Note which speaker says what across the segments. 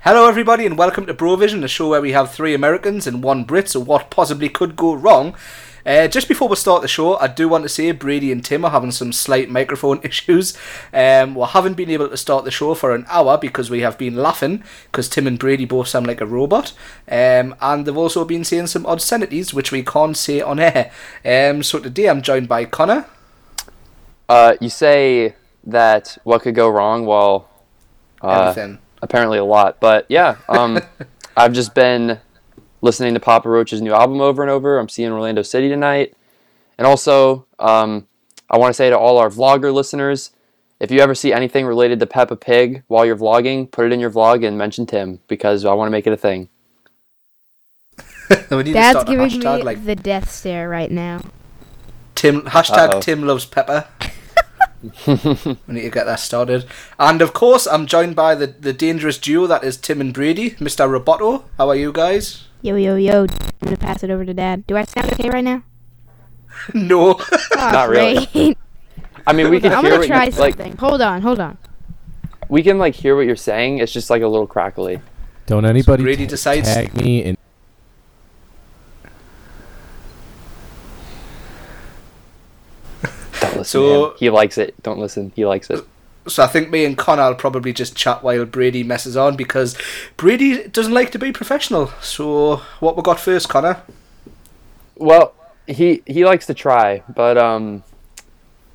Speaker 1: Hello, everybody, and welcome to Brovision, a show where we have three Americans and one Brit, so what possibly could go wrong? Uh, just before we start the show, I do want to say Brady and Tim are having some slight microphone issues. Um, we haven't been able to start the show for an hour because we have been laughing because Tim and Brady both sound like a robot, um, and they've also been saying some obscenities which we can't say on air. Um, so today I'm joined by Connor.
Speaker 2: Uh, you say that what could go wrong? Well, uh,
Speaker 1: Everything.
Speaker 2: apparently a lot, but yeah, um, I've just been listening to Papa Roach's new album over and over. I'm seeing Orlando City tonight, and also um, I want to say to all our vlogger listeners, if you ever see anything related to Peppa Pig while you're vlogging, put it in your vlog and mention Tim because I want to make it a thing.
Speaker 1: we need to
Speaker 3: Dad's
Speaker 1: start a
Speaker 3: giving
Speaker 1: hashtag
Speaker 3: me
Speaker 1: like
Speaker 3: the death stare right now.
Speaker 1: Tim hashtag
Speaker 2: Uh-oh.
Speaker 1: Tim loves pepper. we need to get that started. And of course, I'm joined by the, the dangerous duo that is Tim and Brady, Mr. Roboto. How are you guys?
Speaker 3: Yo, yo, yo. I'm gonna pass it over to Dad. Do I sound okay right now?
Speaker 1: No.
Speaker 3: Oh,
Speaker 2: Not really.
Speaker 3: great.
Speaker 2: I mean, we can
Speaker 3: I'm
Speaker 2: hear
Speaker 3: gonna
Speaker 2: what
Speaker 3: try
Speaker 2: you, like
Speaker 3: something. hold on, hold on.
Speaker 2: we can like hear what you're saying. It's just like a little crackly.
Speaker 4: Don't anybody
Speaker 1: Brady
Speaker 4: ta-
Speaker 1: decides-
Speaker 4: tag me in.
Speaker 2: Don't listen.
Speaker 1: So-
Speaker 2: to him. he likes it. Don't listen. He likes it.
Speaker 1: so I think me and Connor will probably just chat while Brady messes on because Brady doesn't like to be professional. So what we got first, Connor?
Speaker 2: Well, he he likes to try, but um,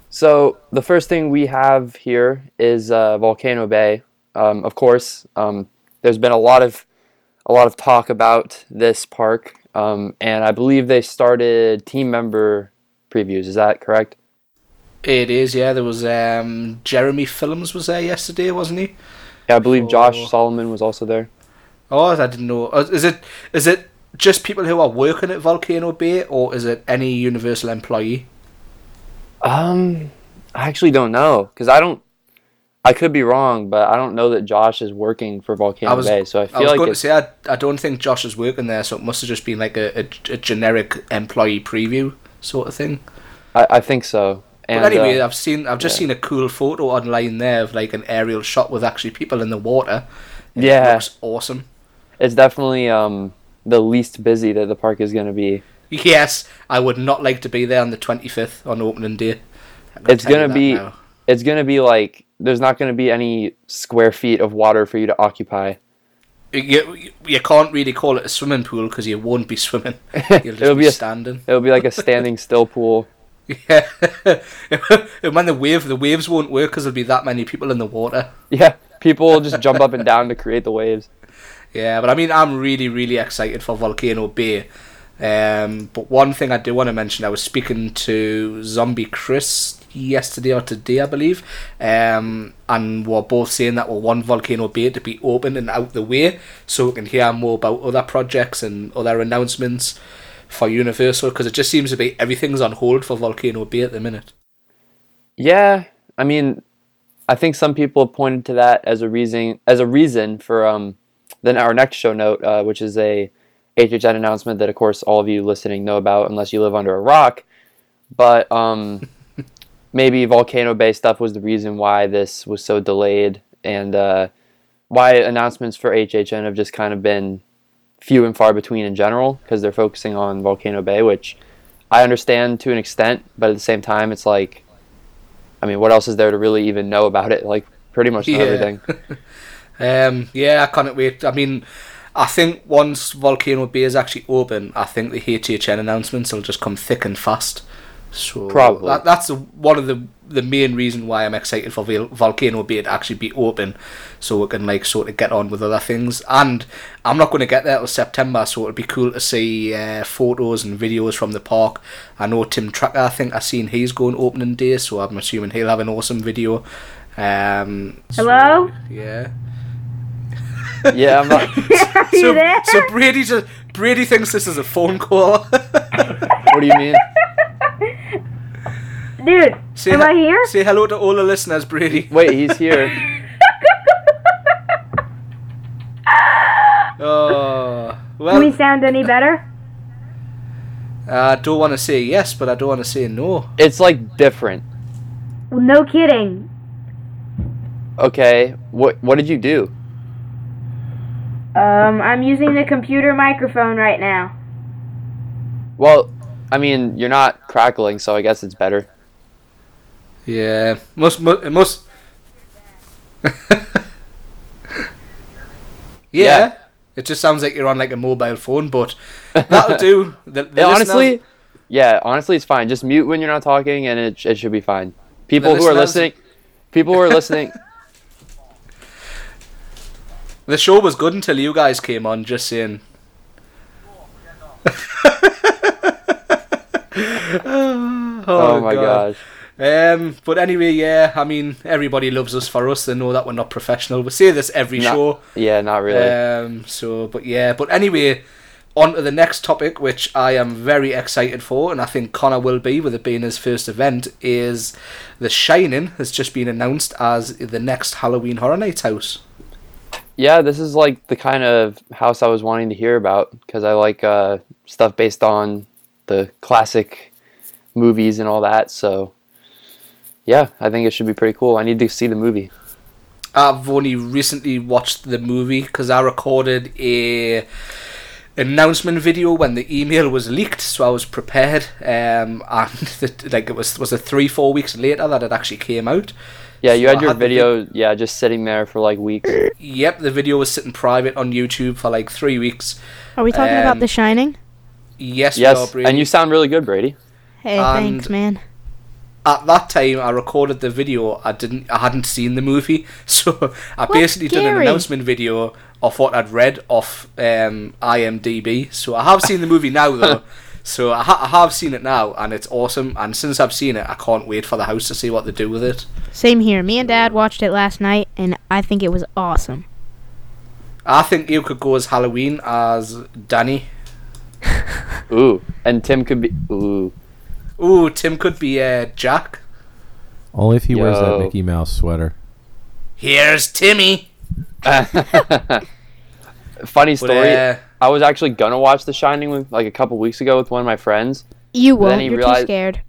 Speaker 2: so the first thing we have here is uh, Volcano Bay. Um, of course, um, there's been a lot of a lot of talk about this park, um, and I believe they started team member previews. Is that correct?
Speaker 1: It is, yeah. There was um, Jeremy Films was there yesterday, wasn't he?
Speaker 2: Yeah, I believe
Speaker 1: Oh.
Speaker 2: Josh Solomon was also there.
Speaker 1: Oh, I didn't know. Uh, Is it is it just people who are working at Volcano Bay, or is it any Universal employee?
Speaker 2: Um, I actually don't know because I don't. I could be wrong, but I don't know that Josh is working for Volcano
Speaker 1: I was,
Speaker 2: Bay, so I
Speaker 1: I
Speaker 2: feel
Speaker 1: was
Speaker 2: like
Speaker 1: going to
Speaker 2: it's
Speaker 1: say I, I don't think Josh is working there, so it must have just been like a, a, a generic employee preview sort of thing.
Speaker 2: I, I think so. And,
Speaker 1: but anyway,
Speaker 2: uh,
Speaker 1: I've seen I've just
Speaker 2: yeah.
Speaker 1: seen a cool photo online there of like an aerial shot with actually people in the water. It
Speaker 2: yeah,
Speaker 1: looks awesome.
Speaker 2: it's definitely um, the least busy that the park is going to be.
Speaker 1: Yes, I would not like to be there on the twenty fifth on opening day. I can
Speaker 2: It's
Speaker 1: tell you
Speaker 2: gonna
Speaker 1: that
Speaker 2: be-
Speaker 1: now.
Speaker 2: It's going to be like there's not going to be any square feet of water for you to occupy.
Speaker 1: you, you can't really call it a swimming pool because you won't be swimming. You'll just
Speaker 2: It'll
Speaker 1: be,
Speaker 2: be a-
Speaker 1: standing.
Speaker 2: It'll be like a standing still pool.
Speaker 1: Yeah, and when the wave the waves won't work because there'll be that many people in the water.
Speaker 2: Yeah, people will just jump up and down to create the waves.
Speaker 1: Yeah, but I mean, I'm really, really excited for Volcano Bay. Um, but one thing I do want to mention, I was speaking to Zombie Chris yesterday or today, I believe, um, and we're both saying that we want Volcano Bay to be open and out the way, so we can hear more about other projects and other announcements for Universal, because it just seems to be everything's on hold for Volcano Bay at the minute.
Speaker 2: Yeah, I mean, I think some people have pointed to that as a reason as a reason for um then our next show note, uh, which is a HHN announcement that of course all of you listening know about unless you live under a rock, but um maybe Volcano Bay stuff was the reason why this was so delayed and uh, why announcements for HHN have just kind of been few and far between in general because they're focusing on Volcano Bay, which I understand to an extent, but at the same time, it's like, I mean, what else is there to really even know about it? Like, pretty much know
Speaker 1: Yeah.
Speaker 2: everything.
Speaker 1: Um, yeah, I can't wait. I mean, I think once Volcano Bay is actually open, I think the HHN announcements will just come thick and fast. So
Speaker 2: Probably.
Speaker 1: that, that's the- one of the the main reason why I'm excited for Vol- Volcano Bay to actually be open, so we can like sort of get on with other things. And I'm not going to get there till September, so it'll be cool to see uh, photos and videos from the park. I know Tim Tracker. I think I seen he's going opening day, so I'm assuming he'll have an awesome video. Um, so,
Speaker 5: Hello?
Speaker 1: yeah
Speaker 2: yeah, I'm not,
Speaker 5: Are you
Speaker 1: so,
Speaker 5: there?
Speaker 1: so Brady just Brady thinks this is a phone call.
Speaker 2: what do you mean?
Speaker 5: Dude,
Speaker 1: say
Speaker 5: am
Speaker 1: he-
Speaker 5: I here?
Speaker 1: Say hello to all the listeners, Brady.
Speaker 2: Wait, he's here.
Speaker 1: Oh,
Speaker 5: Do we
Speaker 1: well,
Speaker 5: sound any better?
Speaker 1: I don't want to say yes, but I don't want to say no.
Speaker 2: It's like different.
Speaker 5: Well, no kidding.
Speaker 2: Okay, what what did you do?
Speaker 5: Um, I'm using the computer microphone right now.
Speaker 2: Well, I mean, you're not crackling, so I guess it's better.
Speaker 1: Yeah, most mo- most. yeah.
Speaker 2: Yeah.
Speaker 1: it just sounds like you're on like a mobile phone, but that'll do. The, the
Speaker 2: Yeah,
Speaker 1: listeners-
Speaker 2: honestly, yeah, honestly, it's fine. Just mute when you're not talking, and it, it should be fine. People who are
Speaker 1: listeners-
Speaker 2: listening, people who are listening,
Speaker 1: the show was good until you guys came on. Just saying. oh,
Speaker 2: oh, my gosh.
Speaker 1: Um, but anyway, yeah, I mean, everybody loves us for us. They know that we're not professional. We say this every
Speaker 2: Not-
Speaker 1: show.
Speaker 2: Yeah, not really.
Speaker 1: Um, so, but yeah, but anyway, on to the next topic, which I am very excited for, and I think Connor will be, with it being his first event, is The Shining has just been announced as the next Halloween Horror Night House.
Speaker 2: yeah, this is like the kind of house I was wanting to hear about because I like uh, stuff based on the classic movies and all that. So, yeah, I think it should be pretty cool. I need to see the movie.
Speaker 1: I've only recently watched the movie because I recorded a announcement video when the email was leaked, so I was prepared. Um, and like it was was it three four weeks later that it actually came out.
Speaker 2: Yeah, you
Speaker 1: So
Speaker 2: had
Speaker 1: I
Speaker 2: your
Speaker 1: had the
Speaker 2: video, yeah, just sitting there for like weeks.
Speaker 1: Yep, the video was sitting private on YouTube for like three weeks.
Speaker 3: Are we talking
Speaker 1: Um,
Speaker 3: about The Shining?
Speaker 1: Yes, we are,
Speaker 2: yes,
Speaker 1: Brady.
Speaker 2: and you sound really good, Brady.
Speaker 3: Hey,
Speaker 1: and-
Speaker 3: thanks, man.
Speaker 1: at that time I recorded the video. I didn't. I hadn't seen the movie, so I basically did an
Speaker 3: Gary?
Speaker 1: announcement video of what I'd read off um, IMDb. So I have seen the movie now, though. So I, ha- I have seen it now, and it's awesome. And since I've seen it, I can't wait for the house to see what they do with it.
Speaker 3: Same here. Me and Dad watched it last night, and I think it was awesome.
Speaker 1: I think you could go as Halloween as Danny.
Speaker 2: Ooh, and Tim could be. Ooh,
Speaker 1: Ooh, Tim could be uh, Jack.
Speaker 4: Only if he wears that
Speaker 2: Yo.
Speaker 4: Mickey Mouse sweater.
Speaker 1: Here's Timmy.
Speaker 2: funny
Speaker 1: But,
Speaker 2: story.
Speaker 1: uh,
Speaker 2: I was actually gonna watch The Shining with, like a couple weeks ago with one of my friends.
Speaker 3: You
Speaker 2: But then
Speaker 3: won't.
Speaker 2: he
Speaker 3: You're
Speaker 2: realized-
Speaker 3: too scared.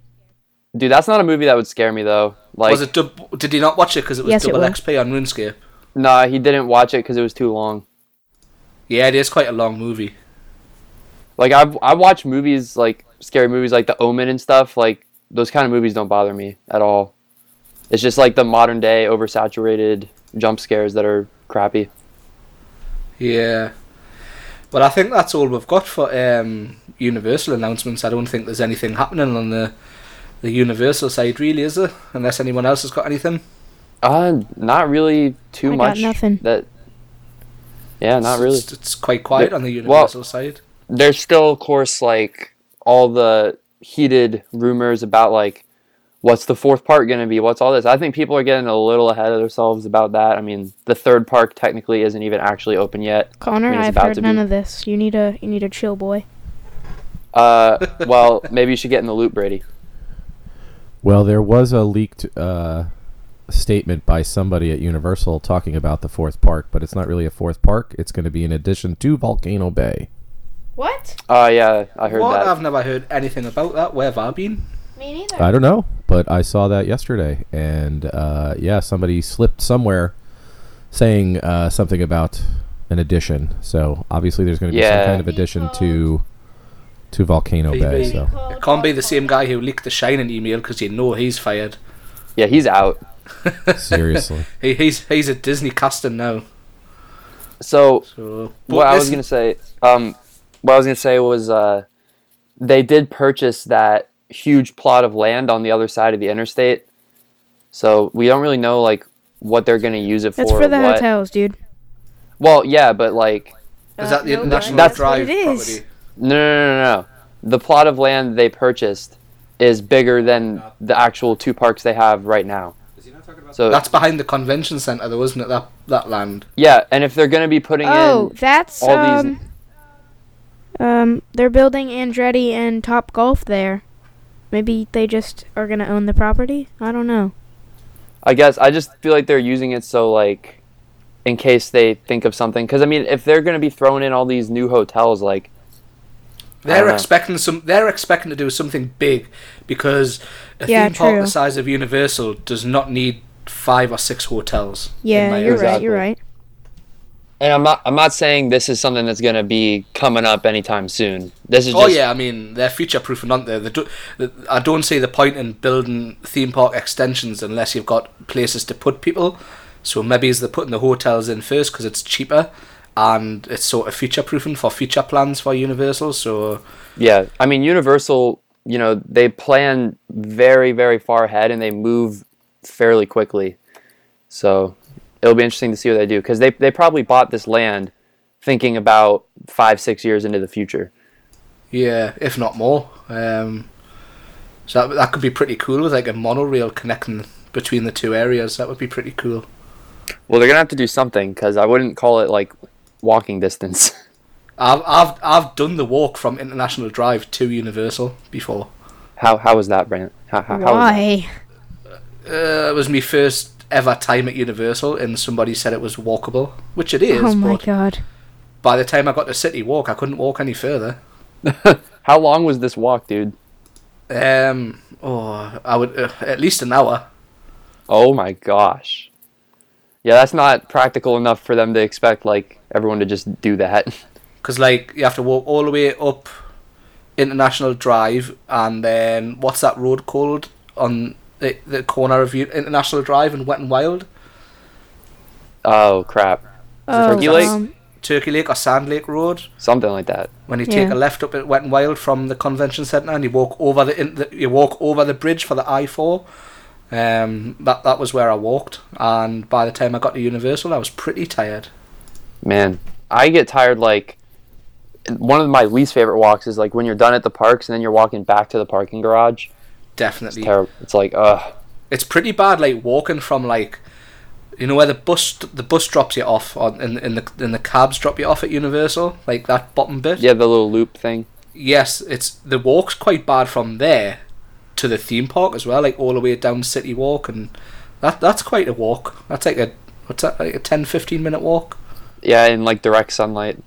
Speaker 2: Dude, that's not a movie that would scare me though. Like,
Speaker 1: was it dub- did he not watch it because it was
Speaker 3: Yes, it
Speaker 1: double
Speaker 3: was.
Speaker 1: XP on RuneScape?
Speaker 2: Nah, he didn't watch it because it was too long.
Speaker 1: Yeah, it is quite a long movie.
Speaker 2: Like I I watch movies like scary movies like The Omen and stuff. Like those kind of movies don't bother me at all. It's just like the modern day oversaturated jump scares that are crappy.
Speaker 1: Yeah. Well, I think that's all we've got for um, Universal announcements. I don't think there's anything happening on the the Universal side, really, is there? Unless anyone else has got anything.
Speaker 2: Uh, not really too
Speaker 3: I got
Speaker 2: much.
Speaker 3: nothing.
Speaker 2: That. Yeah, not
Speaker 1: It's-
Speaker 2: really.
Speaker 1: It's, it's quite quiet on the
Speaker 2: Well-
Speaker 1: Universal side.
Speaker 2: there's still of course like all the heated rumors about like what's the fourth part going to be what's all this i think people are getting a little ahead of themselves about that i mean the third park technically isn't even actually open yet
Speaker 3: Connor,
Speaker 2: I mean, it's
Speaker 3: I've
Speaker 2: about
Speaker 3: heard
Speaker 2: to
Speaker 3: none
Speaker 2: be.
Speaker 3: of this. You need a you need a chill boy.
Speaker 2: uh, well maybe you should get in the loop brady
Speaker 4: Well, there was a leaked uh, statement by somebody at Universal talking about the fourth park, but it's not really a fourth park. It's going to be an addition to Volcano Bay.
Speaker 3: What?
Speaker 2: oh yeah i heard
Speaker 1: What?
Speaker 2: that
Speaker 1: I've never heard anything about that. Where have I been?
Speaker 3: Me neither.
Speaker 4: I don't know, but I saw that yesterday, and uh, yeah, somebody slipped somewhere saying uh, something about an addition. So obviously, there's going to be
Speaker 2: Yeah.
Speaker 4: some kind of addition to to Volcano Bay.
Speaker 1: Maybe.
Speaker 4: So
Speaker 1: It can't be the same guy who leaked the Shining email because you know he's fired.
Speaker 2: yeah he's out
Speaker 4: seriously.
Speaker 1: He, he's he's at Disney casting now.
Speaker 2: so
Speaker 1: So, but
Speaker 2: what I was
Speaker 1: listen-
Speaker 2: gonna say, um, what I was gonna say was, uh, they did purchase that huge plot of land on the other side of the interstate, so we don't really know like what they're gonna use it
Speaker 3: That's
Speaker 2: for.
Speaker 3: for the
Speaker 2: what.
Speaker 3: hotels, dude.
Speaker 2: Well, yeah, but like,
Speaker 1: is that the
Speaker 3: no,
Speaker 1: International
Speaker 2: that's
Speaker 3: what
Speaker 1: Drive
Speaker 3: it is.
Speaker 1: property?
Speaker 2: no, no, no, no, no. The plot of land they purchased is bigger than the actual two parks they have right now. So
Speaker 1: That's behind the convention centre, though, isn't it? That that land.
Speaker 2: yeah, and if they're gonna be putting
Speaker 3: Oh,
Speaker 2: in,
Speaker 3: that's
Speaker 2: all these-
Speaker 3: um, um, they're building Andretti and Top Golf there. Maybe they just are gonna own the property. I don't know.
Speaker 2: I guess I just feel like they're using it so like in case they think of something. Because I mean, if they're gonna be throwing in all these new hotels, like I
Speaker 1: They're
Speaker 2: dunno.
Speaker 1: expecting some. They're expecting to do something big because a
Speaker 3: Yeah,
Speaker 1: theme park the
Speaker 3: true.
Speaker 1: size of Universal does not need five or six hotels. in
Speaker 3: Yeah,
Speaker 1: my
Speaker 3: you're
Speaker 1: opinion.
Speaker 3: right. You're right.
Speaker 2: and I'm not I'm not saying this is something that's going to be coming up anytime soon. This is
Speaker 1: Oh
Speaker 2: just
Speaker 1: yeah, I mean they're future proofing, aren't they? they do, the- I don't see the point in building theme park extensions unless you've got places to put people. So maybe is they're putting the hotels in first because it's cheaper, and it's sort of future proofing for future plans for Universal. So
Speaker 2: Yeah, I mean Universal, you know, they plan very very far ahead and they move fairly quickly. So it'll be interesting to see what they do because they they probably bought this land thinking about five six years into the future.
Speaker 1: yeah, if not more. Um, so that, that could be pretty cool with like a monorail connecting between the two areas. That would be pretty cool.
Speaker 2: Well, they're gonna have to do something because I wouldn't call it like walking distance.
Speaker 1: I've I've I've done the walk from International Drive to Universal before.
Speaker 2: How how was that, Brent? How, how, how was that?
Speaker 3: Why?
Speaker 1: Uh, it was my first ever time at Universal, and somebody said it was walkable, which it is.
Speaker 3: Oh my
Speaker 1: but
Speaker 3: god.
Speaker 1: by the time I got to City Walk, I couldn't walk any further.
Speaker 2: How long was this walk, dude?
Speaker 1: Um, oh, I would uh, at least an hour.
Speaker 2: Oh my gosh. Yeah, that's not practical enough for them to expect like everyone to just do that.
Speaker 1: Because, like, you have to walk all the way up International Drive, and then what's that road called on the, the corner of U- International Drive and Wet and Wild?
Speaker 2: Oh crap.
Speaker 3: Oh,
Speaker 2: turkey leg?
Speaker 3: um,
Speaker 1: Turkey Lake or Sand Lake Road?
Speaker 2: Something like that.
Speaker 1: When you take
Speaker 3: Yeah.
Speaker 1: a left up at Wet and Wild from the convention centre and you walk over the, in the you walk over the bridge for the I four, um, that that was where I walked. And by the time I got to Universal, I was pretty tired.
Speaker 2: Man, I get tired like one of my least favorite walks is like when you're done at the parks and then you're walking back to the parking garage.
Speaker 1: Definitely, it's,
Speaker 2: Terrible. It's like ugh.
Speaker 1: pretty bad. Like walking from like, you know where the bus the bus drops you off on in in the in the cabs drop you off at Universal, like that bottom bit.
Speaker 2: Yeah, the little loop thing.
Speaker 1: Yes, it's the walk's quite bad from there to the theme park as well, like all the way down City Walk, and that that's quite a walk. That's like a what's that like a 10, 15 minute walk.
Speaker 2: Yeah, in like direct sunlight.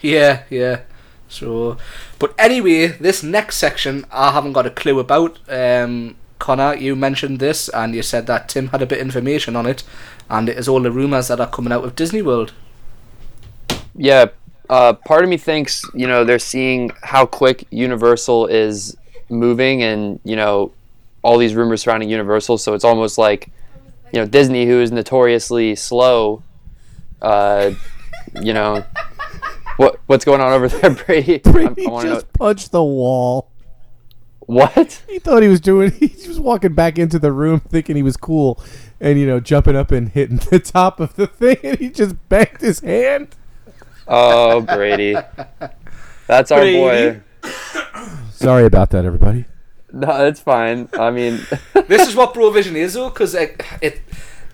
Speaker 1: Yeah, yeah. So, but anyway, this next section I haven't got a clue about. Um, Connor, you mentioned this, and you said that Tim had a bit of information on it, and it is all the rumors that are coming out of Disney World.
Speaker 2: yeah uh, part of me thinks you know they're seeing how quick universal is moving and you know all these rumors surrounding universal so it's almost like you know disney who is notoriously slow uh, you know what what's going on over there brady I- I,
Speaker 4: he
Speaker 2: wanna know-
Speaker 4: just punched the wall.
Speaker 2: what
Speaker 4: He thought he was doing. He was walking back into the room thinking he was cool, and you know, jumping up and hitting the top of the thing, and he just banged his hand.
Speaker 2: oh brady that's our boy
Speaker 4: Sorry about that, everybody.
Speaker 2: no it's fine i mean
Speaker 1: this is what Provision is though, because it, it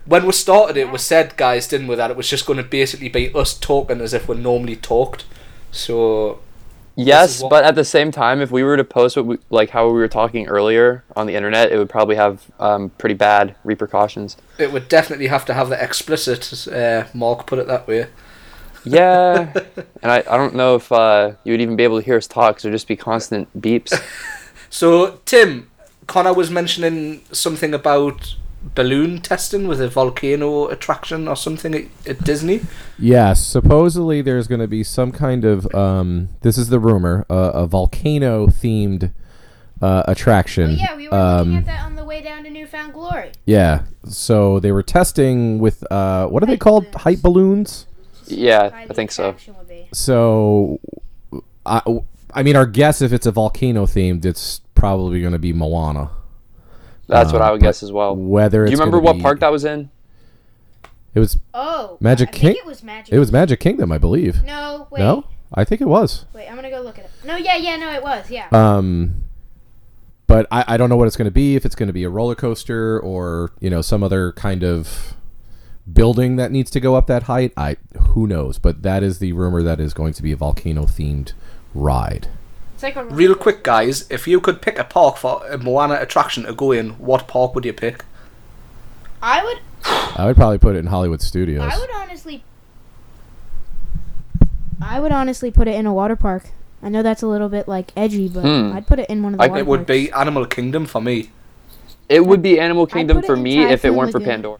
Speaker 1: when we started it was said, guys, didn't we, that it was just going to basically be us talking as if we normally talked. So
Speaker 2: Yes,
Speaker 1: what-
Speaker 2: but at the same time, if we were to post what we, like how we were talking earlier on the internet, it would probably have um, pretty bad repercussions.
Speaker 1: it would definitely have to have the explicit uh, mark, put it that way.
Speaker 2: Yeah, and I, I don't know if uh, you would even be able to hear us talk. So it'd just be constant beeps.
Speaker 1: So Tim, Connor was mentioning something about balloon testing with a volcano attraction or something at, at Disney.
Speaker 4: Yes, supposedly there's going to be some kind of um, this is the rumor uh, a volcano themed uh, attraction.
Speaker 6: Oh, Yeah, we were looking
Speaker 4: um,
Speaker 6: at that on the way down to Newfound Glory.
Speaker 4: yeah. So they were testing with uh, what are they
Speaker 6: Hype
Speaker 4: called?
Speaker 6: balloons.
Speaker 4: Hype balloons.
Speaker 2: yeah,
Speaker 6: Find
Speaker 2: I
Speaker 6: the
Speaker 2: think so.
Speaker 6: attraction would be.
Speaker 4: So, I I mean, our guess if it's a volcano themed, it's probably going to be Moana.
Speaker 2: That's what
Speaker 4: Um,
Speaker 2: I would
Speaker 4: but
Speaker 2: guess as well.
Speaker 4: Whether
Speaker 2: Do
Speaker 4: it's
Speaker 2: you remember
Speaker 4: gonna
Speaker 2: what
Speaker 4: be-
Speaker 2: park that was in?
Speaker 4: It was
Speaker 6: Oh,
Speaker 4: Magic
Speaker 6: I think
Speaker 4: King-
Speaker 6: it was Magic.
Speaker 4: it was Magic Kingdom, I believe.
Speaker 6: No, wait.
Speaker 4: No, I think it was.
Speaker 6: Wait, I'm gonna go look at it. up. No, yeah, yeah, no, it was, yeah.
Speaker 1: Uh,
Speaker 4: Um, but I, I don't know what it's going to be. If it's going to be a roller coaster or you know some other kind of building that needs to go up that height, I who knows. But that is the rumor that is going to be a volcano themed ride.
Speaker 6: it's like a
Speaker 1: Real quick, guys, if you could pick a park for a Moana attraction to go in, what park would you pick?
Speaker 6: I would,
Speaker 4: I would probably put it in Hollywood Studios.
Speaker 6: I would honestly, I would honestly put it in a water park. I know that's a little bit like edgy, but
Speaker 2: Hmm.
Speaker 6: I'd put it in one of the.
Speaker 2: I-
Speaker 6: water
Speaker 1: It would
Speaker 6: parks.
Speaker 1: be Animal Kingdom for me.
Speaker 2: It would be Animal Kingdom
Speaker 6: put it
Speaker 2: for
Speaker 6: in
Speaker 2: me if it
Speaker 6: Typhoon
Speaker 2: weren't for
Speaker 6: Lagoon.
Speaker 2: Pandora.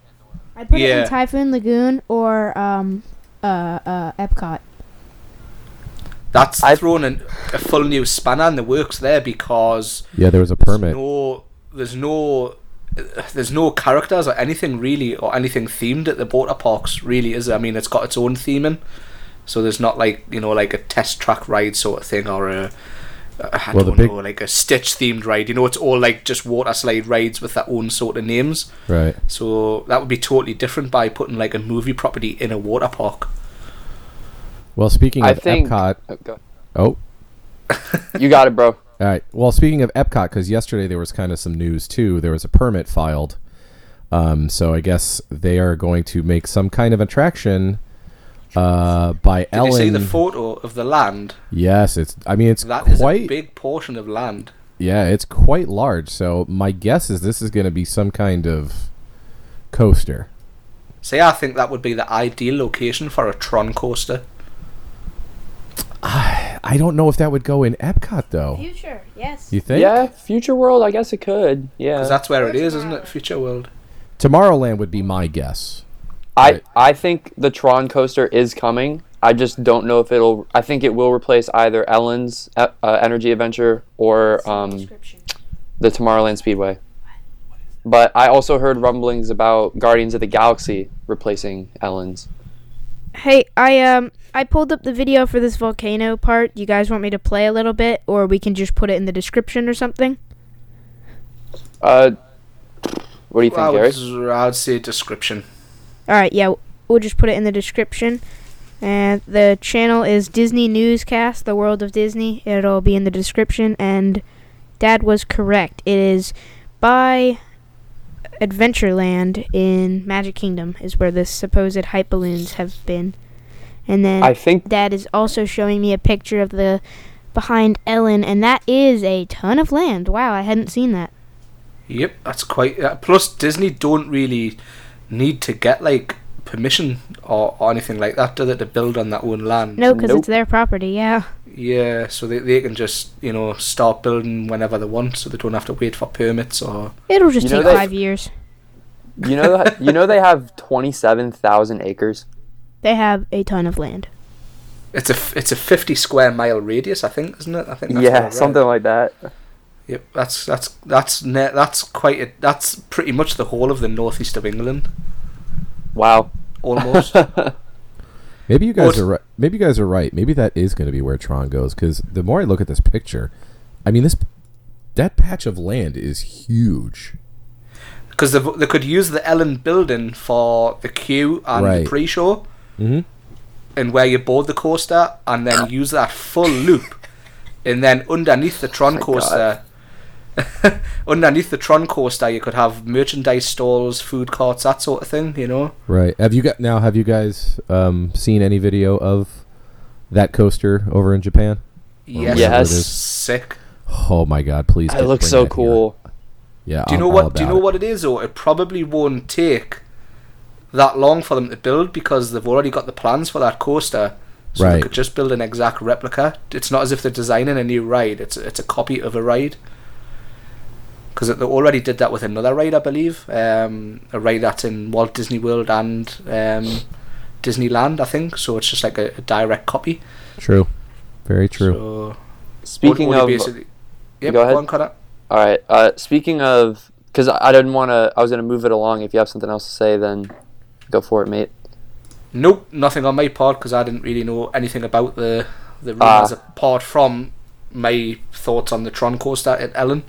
Speaker 6: I'd put it
Speaker 1: Yeah.
Speaker 6: in Typhoon Lagoon or um, uh, uh, Epcot.
Speaker 1: That's
Speaker 2: I-
Speaker 1: thrown in a full new spanner in the works there because
Speaker 4: Yeah, there was a
Speaker 1: there's
Speaker 4: permit.
Speaker 1: no, there's no, there's no characters or anything really, or anything themed at the water parks really. Is there? I mean, it's got its own theming, so there's not like you know like a test track ride sort of thing or a. I
Speaker 4: Well, the
Speaker 1: don't
Speaker 4: big-
Speaker 1: know, like a Stitch themed ride. You know, it's all like just water slide rides with their own sort of names.
Speaker 4: Right.
Speaker 1: So that would be totally different by putting like a movie property in a water park.
Speaker 4: Well, speaking
Speaker 2: I
Speaker 4: of
Speaker 2: think-
Speaker 4: Epcot.
Speaker 2: Oh, go-
Speaker 4: Oh,
Speaker 2: You got it, bro.
Speaker 4: All right. Well, speaking of Epcot, because yesterday there was kind of some news too. There was a permit filed, um, so I guess they are going to make some kind of attraction uh, by
Speaker 1: Did
Speaker 4: Ellen.
Speaker 1: you see the photo of the land?
Speaker 4: yes, it's. I mean, it's
Speaker 1: That is
Speaker 4: quite.
Speaker 1: a big portion of land.
Speaker 4: yeah, it's quite large. So my guess is this is going to be some kind of coaster.
Speaker 1: See, I think that would be the ideal location for a Tron coaster.
Speaker 4: I don't know if that would go in Epcot though.
Speaker 6: Future, yes.
Speaker 4: You think?
Speaker 2: Yeah, Future World. I guess it could. Yeah.
Speaker 1: Because that's where it is, isn't it? Future World.
Speaker 4: Tomorrowland would be my guess.
Speaker 2: I
Speaker 4: Right.
Speaker 2: I think the Tron coaster is coming. I just don't know if it'll. I think it will replace either Ellen's uh, uh, Energy Adventure or um, the Tomorrowland Speedway. But I also heard rumblings about Guardians of the Galaxy replacing Ellen's.
Speaker 3: Hey, I um I pulled up the video for this volcano part. You guys want me to play a little bit or we can just put it in the description or something?
Speaker 2: Uh, what do you think,
Speaker 1: I
Speaker 2: Gary?
Speaker 1: would, I would say description.
Speaker 3: All right, yeah, we'll just put it in the description. And the channel is Disney Newscast, The World of Disney. It'll be in the description and Dad was correct. It is by Adventureland in Magic Kingdom is where the supposed hype balloons have been. And then
Speaker 2: I think
Speaker 3: Dad is also showing me a picture of the behind Ellen, and that is a ton of land. Wow, I hadn't seen that.
Speaker 1: Yep, that's quite. Uh, plus, Disney don't really need to get like permission or, or anything like that, do they, to build on their own land?
Speaker 3: No, because
Speaker 2: Nope.
Speaker 3: it's their property. Yeah.
Speaker 1: Yeah, so they, they can just you know start building whenever they want, so they don't have to wait for permits or.
Speaker 3: It'll just
Speaker 2: You know
Speaker 3: take
Speaker 2: they-
Speaker 3: five years.
Speaker 2: you know that- you know they have twenty seven thousand acres.
Speaker 3: They have a ton of land.
Speaker 1: It's a f- it's a fifty square mile radius, I think, isn't it? I think. what I
Speaker 2: yeah,
Speaker 1: read.
Speaker 2: something like that.
Speaker 1: Yep, that's that's that's ne- that's quite a, that's pretty much the whole of the northeast of England
Speaker 2: Wow.
Speaker 1: almost.
Speaker 4: Maybe you
Speaker 1: Well,
Speaker 4: guys
Speaker 1: it's-
Speaker 4: are right. Maybe you guys are right. Maybe that is going to be where Tron goes. Because the more I look at this picture, I mean this that patch of land is huge.
Speaker 1: Because they, they could use the Ellen building for the queue and
Speaker 4: Right.
Speaker 1: the pre-show,
Speaker 2: Mm-hmm.
Speaker 4: Mhm.
Speaker 1: and where you board the coaster, and then use that full loop, and then underneath the Tron
Speaker 2: my God.
Speaker 1: coaster, underneath the Tron coaster, you could have merchandise stalls, food carts, that sort of thing. You
Speaker 2: Oh,
Speaker 1: know,
Speaker 4: Right. Have you got now? Have you guys um, seen any video of that coaster over in Japan?
Speaker 1: yes,
Speaker 2: whatever it
Speaker 1: it's
Speaker 4: is.
Speaker 1: sick.
Speaker 4: Oh my God! Please.
Speaker 2: It
Speaker 4: just
Speaker 2: looks
Speaker 4: bring
Speaker 2: so
Speaker 4: that here.
Speaker 2: cool.
Speaker 4: Yeah.
Speaker 1: Do you
Speaker 4: I'm
Speaker 1: know
Speaker 4: all
Speaker 1: what? Do you
Speaker 4: about
Speaker 1: know
Speaker 4: it.
Speaker 1: what it is? Though it probably won't take that long for them to build because they've already got the plans for that coaster, so they
Speaker 4: Right.
Speaker 1: could just build an exact replica. It's not as if they're designing a new ride; it's it's a copy of a ride. Because they already did that with another ride, I believe, um, a ride that's in Walt Disney World and um, Disneyland, I think. So it's just like a, a direct copy.
Speaker 4: True. Very true.
Speaker 1: So
Speaker 2: Speaking
Speaker 1: only
Speaker 2: of,
Speaker 1: basically- yep,
Speaker 2: go ahead.
Speaker 1: on, Connor.
Speaker 2: all right. Uh, speaking of, because I, I didn't want to. I was gonna move it along. If you have something else to say, then go for it, mate.
Speaker 1: Nope, nothing on my part because I didn't really know anything about the the
Speaker 2: Ah.
Speaker 1: rumors apart from my thoughts on the Tron coaster at Ellen.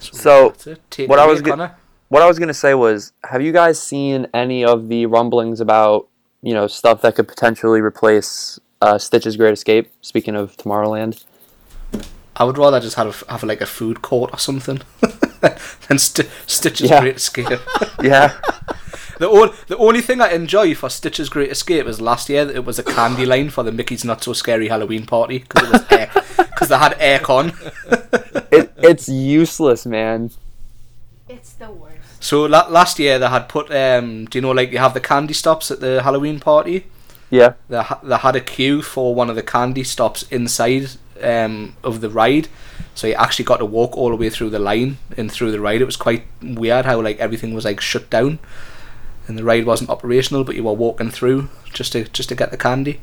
Speaker 2: So,
Speaker 1: that's it. Take
Speaker 2: what
Speaker 1: it
Speaker 2: I
Speaker 1: away,
Speaker 2: was ge-
Speaker 1: Connor.
Speaker 2: What I was gonna say was, have you guys seen any of the rumblings about you know stuff that could potentially replace uh, Stitch's Great Escape? Speaking of Tomorrowland,
Speaker 1: I would rather just have have like a food court or something than Sti Stitch's
Speaker 2: Yeah.
Speaker 1: Great Escape.
Speaker 2: yeah,
Speaker 1: the only the only thing I enjoy for Stitch's Great Escape is last year it was a candy line for the Mickey's Not So Scary Halloween party because it was air because they had aircon.
Speaker 2: it, it's useless, man.
Speaker 6: It's the worst.
Speaker 1: So la- last year they had put um, do you know like you have the candy stops at the Halloween party.
Speaker 2: Yeah,
Speaker 1: they, ha- they had a queue for one of the candy stops inside um, of the ride so you actually got to walk all the way through the line and through the ride it was quite weird how like everything was like shut down and the ride wasn't operational, but you were walking through just to just to get the candy.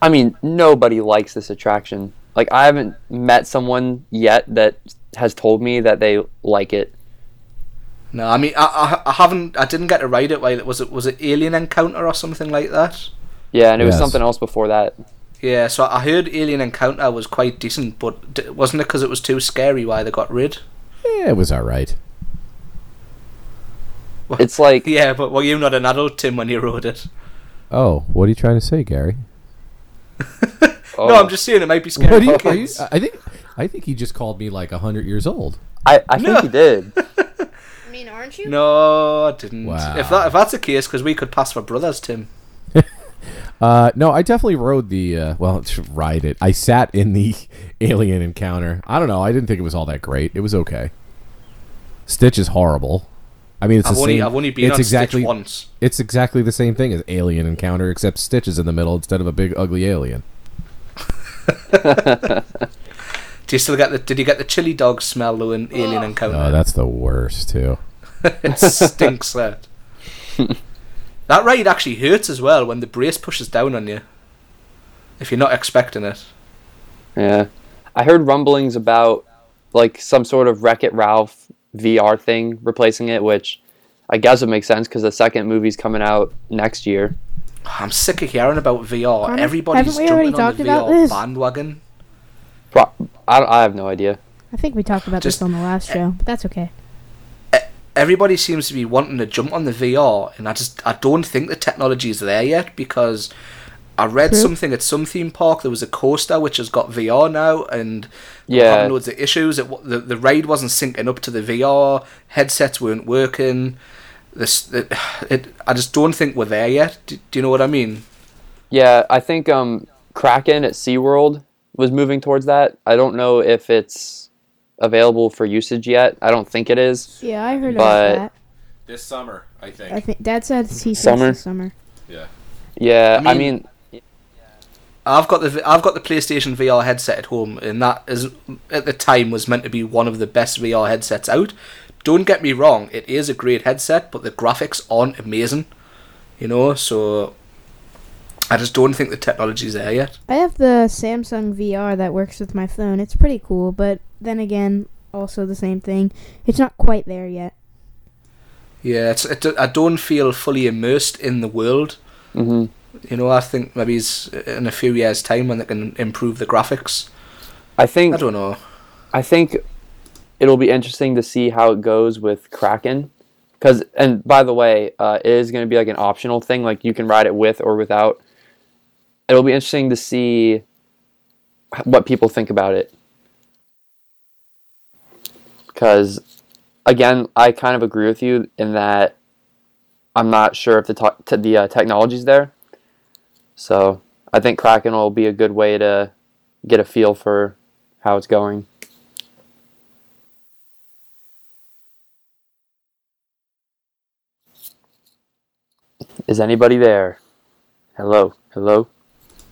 Speaker 2: I mean, nobody likes this attraction. Like, I haven't met someone yet that has told me that they like it.
Speaker 1: No, I mean I, I I haven't I didn't get to ride it while it was it was it Alien Encounter or something like that.
Speaker 2: Yeah, and it was
Speaker 4: Yes.
Speaker 2: something else before that.
Speaker 1: Yeah, so I heard Alien Encounter was quite decent, but d- wasn't it because it was too scary why they got rid?
Speaker 4: Yeah, it was all right.
Speaker 2: It's like,
Speaker 1: Yeah, but were you not an adult, Tim, when you rode it?
Speaker 4: Oh, what are you trying to say, Gary?
Speaker 2: oh,
Speaker 1: No, I'm just saying it might be scary.
Speaker 4: What are you,
Speaker 1: for
Speaker 4: are you-
Speaker 1: kids.
Speaker 4: I think I think he just called me like hundred years old.
Speaker 2: I, I think
Speaker 1: No.
Speaker 2: he did.
Speaker 3: I mean, aren't you?
Speaker 1: No, I didn't.
Speaker 4: Wow.
Speaker 1: If that if that's the case, because we could pass for brothers, Tim.
Speaker 4: Uh, no, I definitely rode the uh, well, ride it. I sat in the alien encounter. I don't know. I didn't think it was all that great. It was okay. Stitch is horrible. I mean, it's
Speaker 1: I've
Speaker 4: the
Speaker 1: only
Speaker 4: same.
Speaker 1: I've only been
Speaker 4: it's
Speaker 1: on
Speaker 4: exactly
Speaker 1: Stitch once.
Speaker 4: it's exactly the same thing as alien encounter, except Stitch is in the middle instead of a big ugly alien.
Speaker 1: Do you still get the? Did you get the chili dog smell though in Alien Encounter?
Speaker 4: Oh, that's the worst too.
Speaker 1: it stinks that. that ride actually hurts as well when the brace pushes down on you. If you're not expecting it.
Speaker 2: Yeah. I heard rumblings about like some sort of Wreck It Ralph VR thing replacing it, which I guess would make sense because the second movie's coming out next year.
Speaker 1: I'm sick of hearing about VR.
Speaker 3: Connor,
Speaker 1: Everybody's
Speaker 3: haven't we
Speaker 1: jumping
Speaker 3: already
Speaker 1: on
Speaker 3: talked
Speaker 1: the
Speaker 3: about
Speaker 1: VR
Speaker 3: this?
Speaker 1: bandwagon.
Speaker 2: Pro- I, I have no idea.
Speaker 3: I think we talked about
Speaker 1: Just-
Speaker 3: this on the last show, but that's okay.
Speaker 1: Everybody seems to be wanting to jump on the VR, and I just I don't think the technology is there yet because I read
Speaker 3: True.
Speaker 1: something at some theme park. There was a coaster which has got VR now, and they were
Speaker 2: Yeah.
Speaker 1: having loads of issues. It, wa- the the ride wasn't syncing up to the VR. Headsets weren't working. This it, it I just don't think we're there yet. Do, do you know what I mean?
Speaker 2: Yeah, I think um, Kraken at SeaWorld was moving towards that. I don't know if it's available for usage yet. I don't think it is.
Speaker 3: Yeah, I heard
Speaker 2: But-
Speaker 3: about
Speaker 4: This summer, I think.
Speaker 3: that. I think Dad said he says
Speaker 2: Summer?
Speaker 3: this Summer.
Speaker 2: Yeah,
Speaker 1: I
Speaker 2: I
Speaker 1: mean-
Speaker 2: mean,
Speaker 1: I've got the I've got the PlayStation VR headset at home, and that is at the time was meant to be one of the best VR headsets out. Don't get me wrong; it is a great headset, but the graphics aren't amazing. You know, so I just don't think the technology's there yet.
Speaker 3: I have the Samsung VR that works with my phone. It's pretty cool, but then again, also the same thing. It's not quite there yet.
Speaker 1: Yeah, it's it, I don't feel fully immersed in the world.
Speaker 2: hmm
Speaker 1: You know, I think maybe it's uh, in a few years' time when they can improve the graphics.
Speaker 2: I
Speaker 1: I
Speaker 2: think
Speaker 1: don't know.
Speaker 2: I think it'll be interesting to see how it goes with Kraken. Cause, and by the way, uh, it is going to be like an optional thing. Like you can ride it with or without. It'll be interesting to see h- what people think about it. Because, again, I kind of agree with you in that I'm not sure if the to- t- the uh, technology's there. So I think Kraken will be a good way to get a feel for how it's going. Is anybody there? Hello, hello.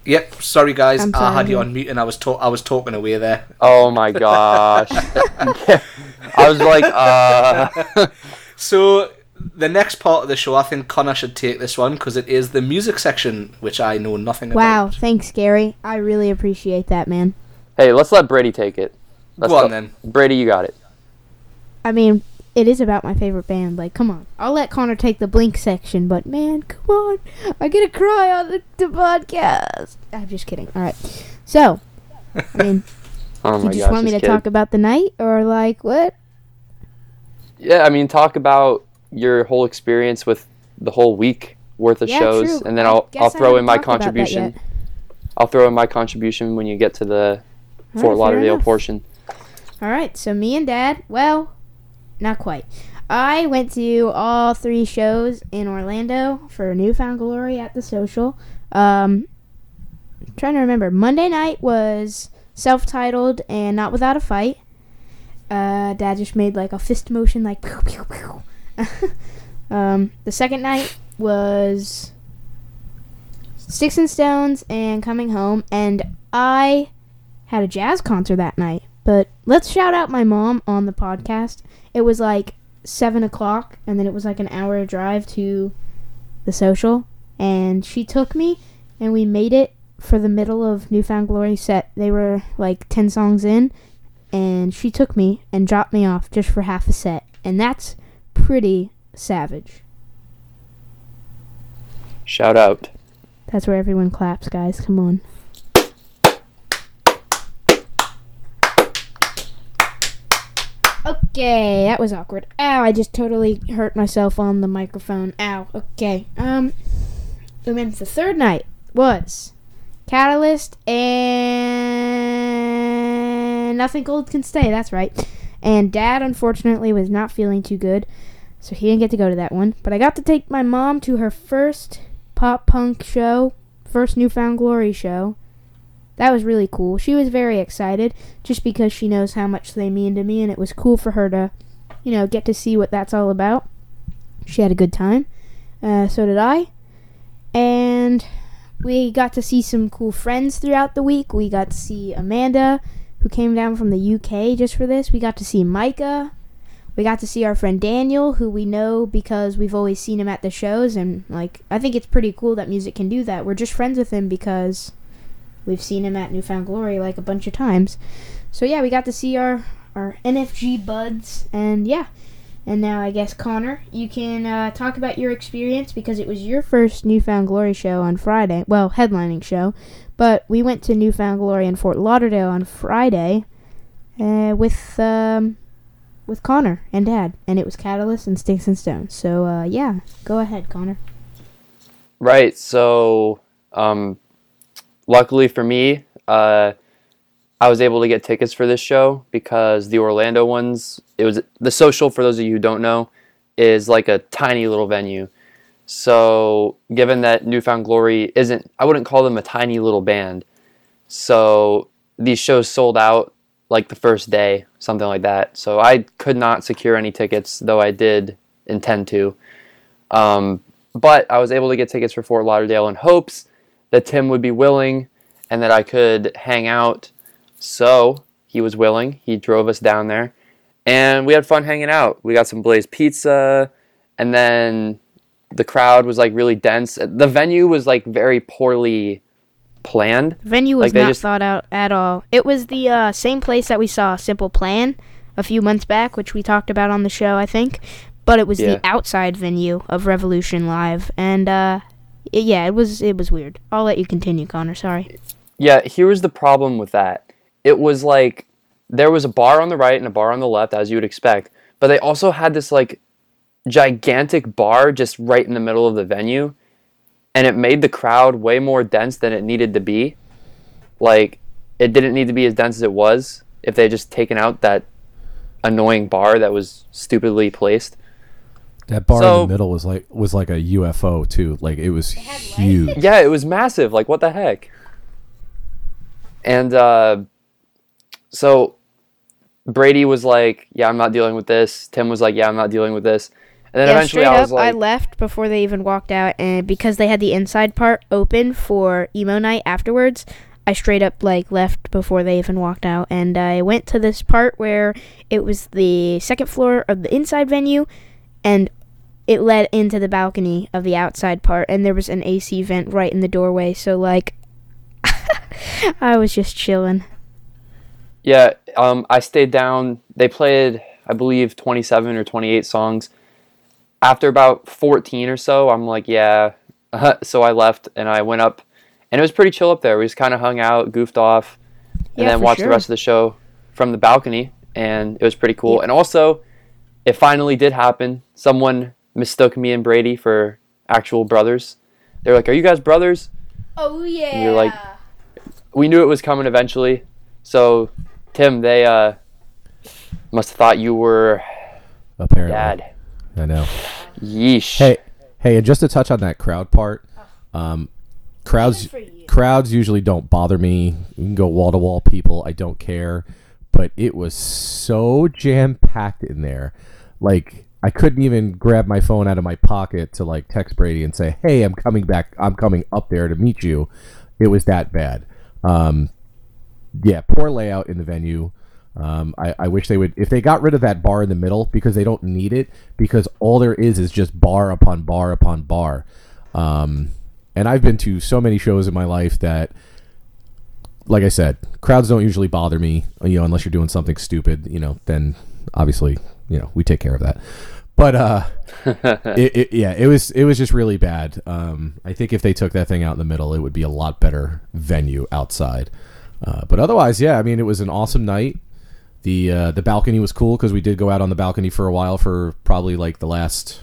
Speaker 1: Yep, sorry guys,
Speaker 3: I'm
Speaker 1: I had
Speaker 3: sorry.
Speaker 1: you on mute and I was ta- I was talking away there.
Speaker 2: Oh my gosh! I was like, uh,
Speaker 1: So the next part of the show, I think Connor should take this one because it is the music section, which I know nothing
Speaker 3: Wow,
Speaker 1: about.
Speaker 3: thanks, Gary. I really appreciate that, man.
Speaker 2: hey, let's let Brady take it. Let's
Speaker 1: Go on
Speaker 2: let-
Speaker 1: then.
Speaker 2: Brady, you got it.
Speaker 3: I mean, it is about my favorite band. Like, come on. I'll let Connor take the Blink section, but man, come on. I get to cry on the, the podcast. I'm just kidding. All right. So, I mean,
Speaker 2: Oh
Speaker 3: you
Speaker 2: my
Speaker 3: just
Speaker 2: gosh!
Speaker 3: want me
Speaker 2: this
Speaker 3: to
Speaker 2: kid.
Speaker 3: talk about the night or like what?
Speaker 2: Yeah, I mean, talk about your whole experience with the whole week worth of
Speaker 3: Yeah,
Speaker 2: shows,
Speaker 3: true.
Speaker 2: and then
Speaker 3: I
Speaker 2: I'll
Speaker 3: guess
Speaker 2: I'll
Speaker 3: I
Speaker 2: throw in
Speaker 3: haven't
Speaker 2: my
Speaker 3: talked about that
Speaker 2: contribution.
Speaker 3: yet.
Speaker 2: I'll throw in my contribution when you get to the
Speaker 3: All
Speaker 2: Fort
Speaker 3: right, fair
Speaker 2: Lauderdale
Speaker 3: enough.
Speaker 2: portion.
Speaker 3: All right, so me and Dad, well, not quite. I went to all three shows in Orlando for Newfound Glory at the Social. Um, trying to remember, Monday night was self-titled and Not Without a Fight. Uh, Dad just made like a fist motion, like pew pew pew. um, the second night was Sticks and Stones and Coming Home, and I had a jazz concert that night. But let's shout out my mom on the podcast. It was like seven o'clock, and then it was like an hour drive to the social. And she took me, and we made it for the middle of Newfound Glory set. They were like 10 songs in, and she took me and dropped me off just for half a set. And that's pretty savage.
Speaker 2: Shout out.
Speaker 3: That's where everyone claps, guys. Come on. Okay, that was awkward. Ow, I just totally hurt myself on the microphone. Ow. Okay. Um and then the third night was Catalyst and Nothing Gold Can Stay, that's right. And dad unfortunately was not feeling too good, so he didn't get to go to that one. But I got to take my mom to her first pop punk show, first Newfound Glory show. That was really cool. She was very excited just because she knows how much they mean to me, and it was cool for her to, you know, get to see what that's all about. She had a good time. Uh, so did I. And we got to see some cool friends throughout the week. We got to see Amanda, who came down from the UK just for this. We got to see Micah. We got to see our friend Daniel, who we know because we've always seen him at the shows. And, like, I think it's pretty cool that music can do that. We're just friends with him because We've seen him at Newfound Glory like a bunch of times. So yeah, we got to see our our NFG buds, and yeah, and now I guess Connor, you can uh, talk about your experience because it was your first Newfound Glory show on Friday. Well, headlining show, but we went to Newfound Glory in Fort Lauderdale on Friday uh, with um, with Connor and Dad, and it was Catalyst and Sticks and Stones. So uh, yeah, go ahead, Connor.
Speaker 2: Right. So, um, luckily for me, uh, I was able to get tickets for this show because the Orlando ones. It was the social. For those of you who don't know, is like a tiny little venue. So, given that Newfound Glory isn't, I wouldn't call them a tiny little band. So these shows sold out like the first day, something like that. So I could not secure any tickets, though I did intend to. Um, but I was able to get tickets for Fort Lauderdale in hopes that Tim would be willing and that I could hang out. So he was willing. He drove us down there and we had fun hanging out. We got some Blaze pizza and then the crowd was like really dense. The venue was like very poorly planned.
Speaker 7: Venue was
Speaker 2: Like, they
Speaker 7: not
Speaker 2: just-
Speaker 7: thought out at all. It was the uh, same place that we saw Simple Plan a few months back, which we talked about on the show, I think. But it was
Speaker 2: Yeah.
Speaker 7: the outside venue of Revolution Live, and uh, it, yeah, it was it was weird. I'll let you continue, Connor. Sorry.
Speaker 2: Yeah, here was the problem with that. It was like there was a bar on the right and a bar on the left, as you would expect, but they also had this like gigantic bar just right in the middle of the venue, and it made the crowd way more dense than it needed to be. Like, it didn't need to be as dense as it was if they had just taken out that annoying bar that was stupidly placed.
Speaker 4: That bar
Speaker 2: So-
Speaker 4: in the middle was like was like a UFO too. Like it was huge.
Speaker 2: yeah, it was massive. Like, what the heck? And uh, so Brady was like, "Yeah, I'm not dealing with this." Tim was like, "Yeah, I'm not dealing with this." And then
Speaker 7: yeah,
Speaker 2: eventually,
Speaker 7: straight
Speaker 2: I was
Speaker 7: up,
Speaker 2: like,
Speaker 7: I left before they even walked out, and because they had the inside part open for emo night afterwards, I straight up like left before they even walked out, and I went to this part where it was the second floor of the inside venue, and it led into the balcony of the outside part, and there was an AC vent right in the doorway, so like. I was just chilling.
Speaker 2: Yeah, um, I stayed down. They played, I believe, 27 or 28 songs. After about 14 or so, I'm like, yeah. so I left and I went up, and it was pretty chill up there. We just kind of hung out, goofed off, and
Speaker 7: Yeah,
Speaker 2: then
Speaker 7: for
Speaker 2: watched
Speaker 7: sure.
Speaker 2: the rest of the show from the balcony, and it was pretty cool. And also, it finally did happen. Someone mistook me and Brady for actual brothers. They're like, "Are you guys brothers?"
Speaker 3: Oh yeah.
Speaker 2: And you're like, we knew it was coming eventually. So, Tim, they uh, must have thought you were
Speaker 4: Apparently,
Speaker 2: dad.
Speaker 4: I know.
Speaker 2: Yeesh.
Speaker 4: Hey, hey, and just to touch on that crowd part, um, crowds crowds usually don't bother me. You can go wall to wall, people. I don't care. But it was so jam packed in there, like I couldn't even grab my phone out of my pocket to like text Brady and say, "Hey, I'm coming back. I'm coming up there to meet you." It was that bad. Um, yeah, poor layout in the venue. Um, I, I wish they would if they got rid of that bar in the middle because they don't need it because all there is is just bar upon bar upon bar. Um, and I've been to so many shows in my life that like I said, crowds don't usually bother me, you know, unless you're doing something stupid, you know, then obviously, you know, we take care of that. But uh it, it, yeah, it was it was just really bad. Um I think if they took that thing out in the middle, it would be a lot better venue outside. Uh, but otherwise, yeah, I mean, it was an awesome night. The uh, the balcony was cool because we did go out on the balcony for a while for probably like the last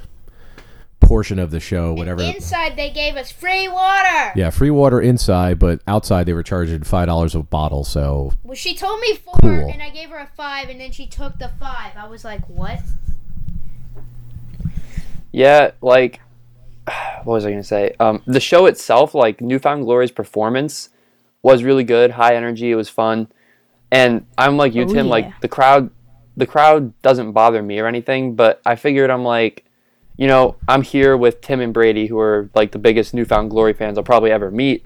Speaker 4: portion of the show, whatever.
Speaker 5: Inside, they gave us free water.
Speaker 4: Yeah, free water inside, but outside they were charging five dollars a bottle. So
Speaker 5: Well, she told me four,
Speaker 4: Cool.
Speaker 5: and I gave her a five, and then she took the five. I was like, what?
Speaker 2: Yeah, like what was I gonna say? Um, the show itself, like Newfound Glory's performance, was really good. High energy, it was fun, and I'm like you,
Speaker 6: Oh,
Speaker 2: Tim.
Speaker 6: yeah.
Speaker 2: Like the crowd, the crowd doesn't bother me or anything. But I figured I'm like, you know, I'm here with Tim and Brady, who are like the biggest Newfound Glory fans I'll probably ever meet.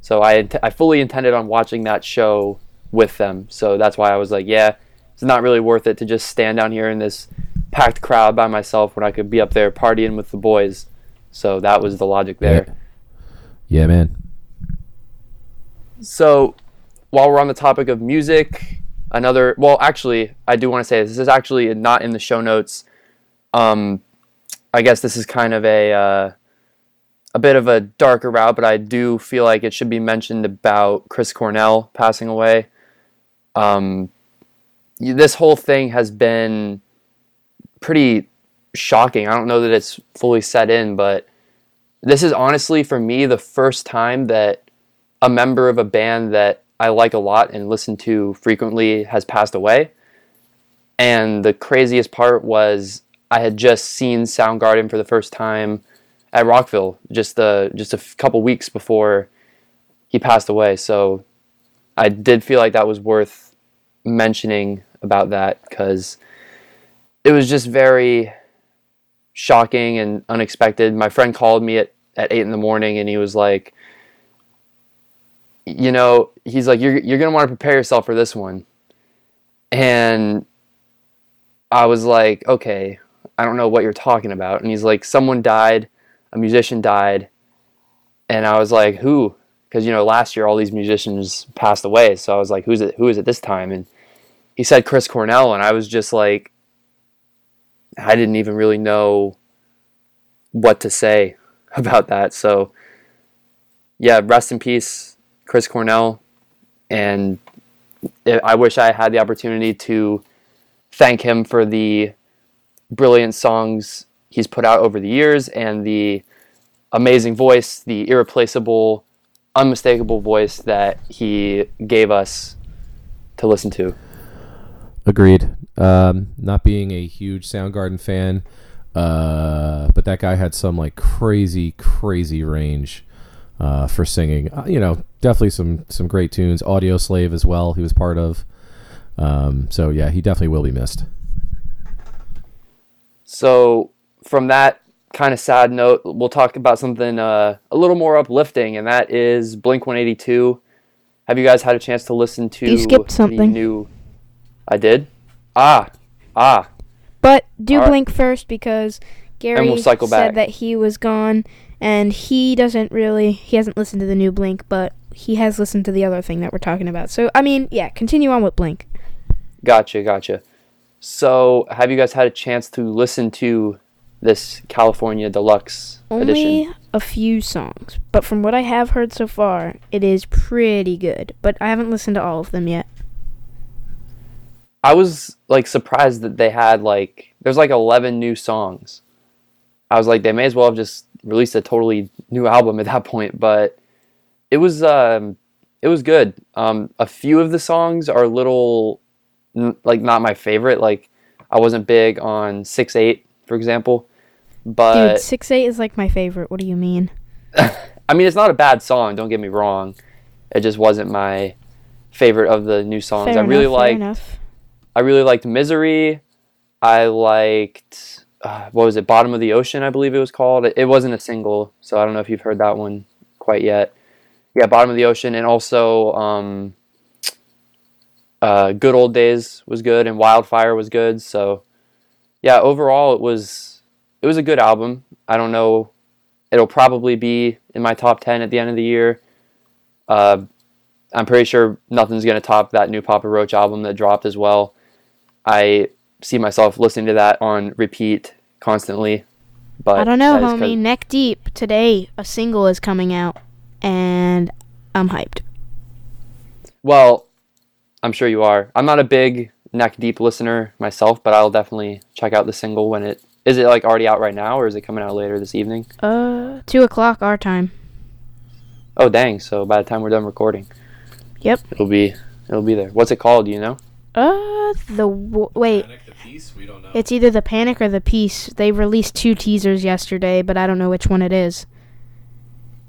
Speaker 2: So I int- I fully intended on watching that show with them. So that's why I was like, yeah, it's not really worth it to just stand down here in this packed crowd by myself when I could be up there partying with the boys. So that was the logic there.
Speaker 4: yeah, man.
Speaker 2: So while we're on the topic of music, another well, actually, I do want to say this, this is actually not in the show notes. Um, I guess this is kind of a uh, a bit of a darker route, but I do feel like it should be mentioned about Chris Cornell passing away. Um, y- this whole thing has been pretty shocking. I don't know that it's fully set in, but this is honestly for me the first time that a member of a band that I like a lot and listen to frequently has passed away. And the craziest part was I had just seen Soundgarden for the first time at Rockville just the just a f- couple weeks before he passed away. So I did feel like that was worth mentioning about that because it was just very shocking and unexpected. My friend called me at, at eight in the morning and he was like, you know, he's like, you're you're gonna want to prepare yourself for this one, and I was like, okay, I don't know what you're talking about, and he's like, someone died, a musician died, and I was like, who? Because you know, last year all these musicians passed away, so I was like, who's it? Who is it this time? And he said Chris Cornell, and I was just like, I didn't even really know what to say about that. So, yeah, rest in peace, Chris Cornell, and I I wish I had the opportunity to thank him for the brilliant songs he's put out over the years and the amazing voice, the irreplaceable, unmistakable voice that he gave us to listen to.
Speaker 4: Agreed. Um, not being a huge Soundgarden fan, uh, but that guy had some like crazy, crazy range uh, for singing. Uh, you know, definitely some some great tunes. Audio Slave as well. He was part of. Um, so yeah, he definitely will be missed.
Speaker 2: So from that kind of sad note, we'll talk about something uh, a little more uplifting, and that is Blink One Eighty Two. Have you guys had a chance to listen to?
Speaker 3: You skipped
Speaker 2: the
Speaker 3: something.
Speaker 2: new. I did. Ah, ah.
Speaker 3: But do
Speaker 2: Alright.
Speaker 3: Blink first because Gary
Speaker 2: we'll cycle back.
Speaker 3: said that he was gone and he doesn't really he hasn't listened to the new Blink, but he has listened to the other thing that we're talking about. So I mean, yeah, continue on with Blink.
Speaker 2: Gotcha, gotcha. So have you guys had a chance to listen to this California Deluxe
Speaker 3: Only
Speaker 2: edition?
Speaker 3: a few songs, but from what I have heard so far, it is pretty good. But I haven't listened to all of them yet.
Speaker 2: I was like surprised that they had like there's like eleven new songs. I was like, they may as well have just released a totally new album at that point, but it was um it was good. Um a few of the songs are a little n- like not my favorite. Like I wasn't big on six eight, for example. But
Speaker 3: Dude, six eight is like my favorite. What do you mean?
Speaker 2: I mean, it's not a bad song. Don't get me wrong. It just wasn't my favorite of the new songs. I really
Speaker 3: fair
Speaker 2: liked.
Speaker 3: enough.
Speaker 2: I really liked "Misery." I liked uh, what was it? "Bottom of the Ocean," I believe it was called. It, it wasn't a single, so I don't know if you've heard that one quite yet. Yeah, "Bottom of the Ocean," and also um, uh, Good Old Days was good, and Wildfire was good. So, yeah, overall it was it was a good album. I don't know, it'll probably be in my top ten at the end of the year. Uh, I'm pretty sure nothing's gonna top that new Papa Roach album that dropped as well. I see myself listening to that on repeat constantly. But
Speaker 3: I don't know,
Speaker 2: that is 'cause-
Speaker 3: homie. Neck deep today, a single is coming out, and I'm hyped.
Speaker 2: Well, I'm sure you are. I'm not a big neck deep listener myself, but I'll definitely check out the single when it is it like already out right now or is it coming out later this evening?
Speaker 3: Uh, two o'clock our time.
Speaker 2: Oh dang, so by the time we're done recording.
Speaker 3: Yep.
Speaker 2: It'll be it'll be there. What's it called, do you know?
Speaker 3: Uh, the w- wait.
Speaker 4: The piece we don't know.
Speaker 3: It's either the Panic or the Peace. They released two teasers yesterday, but I don't know which one it is.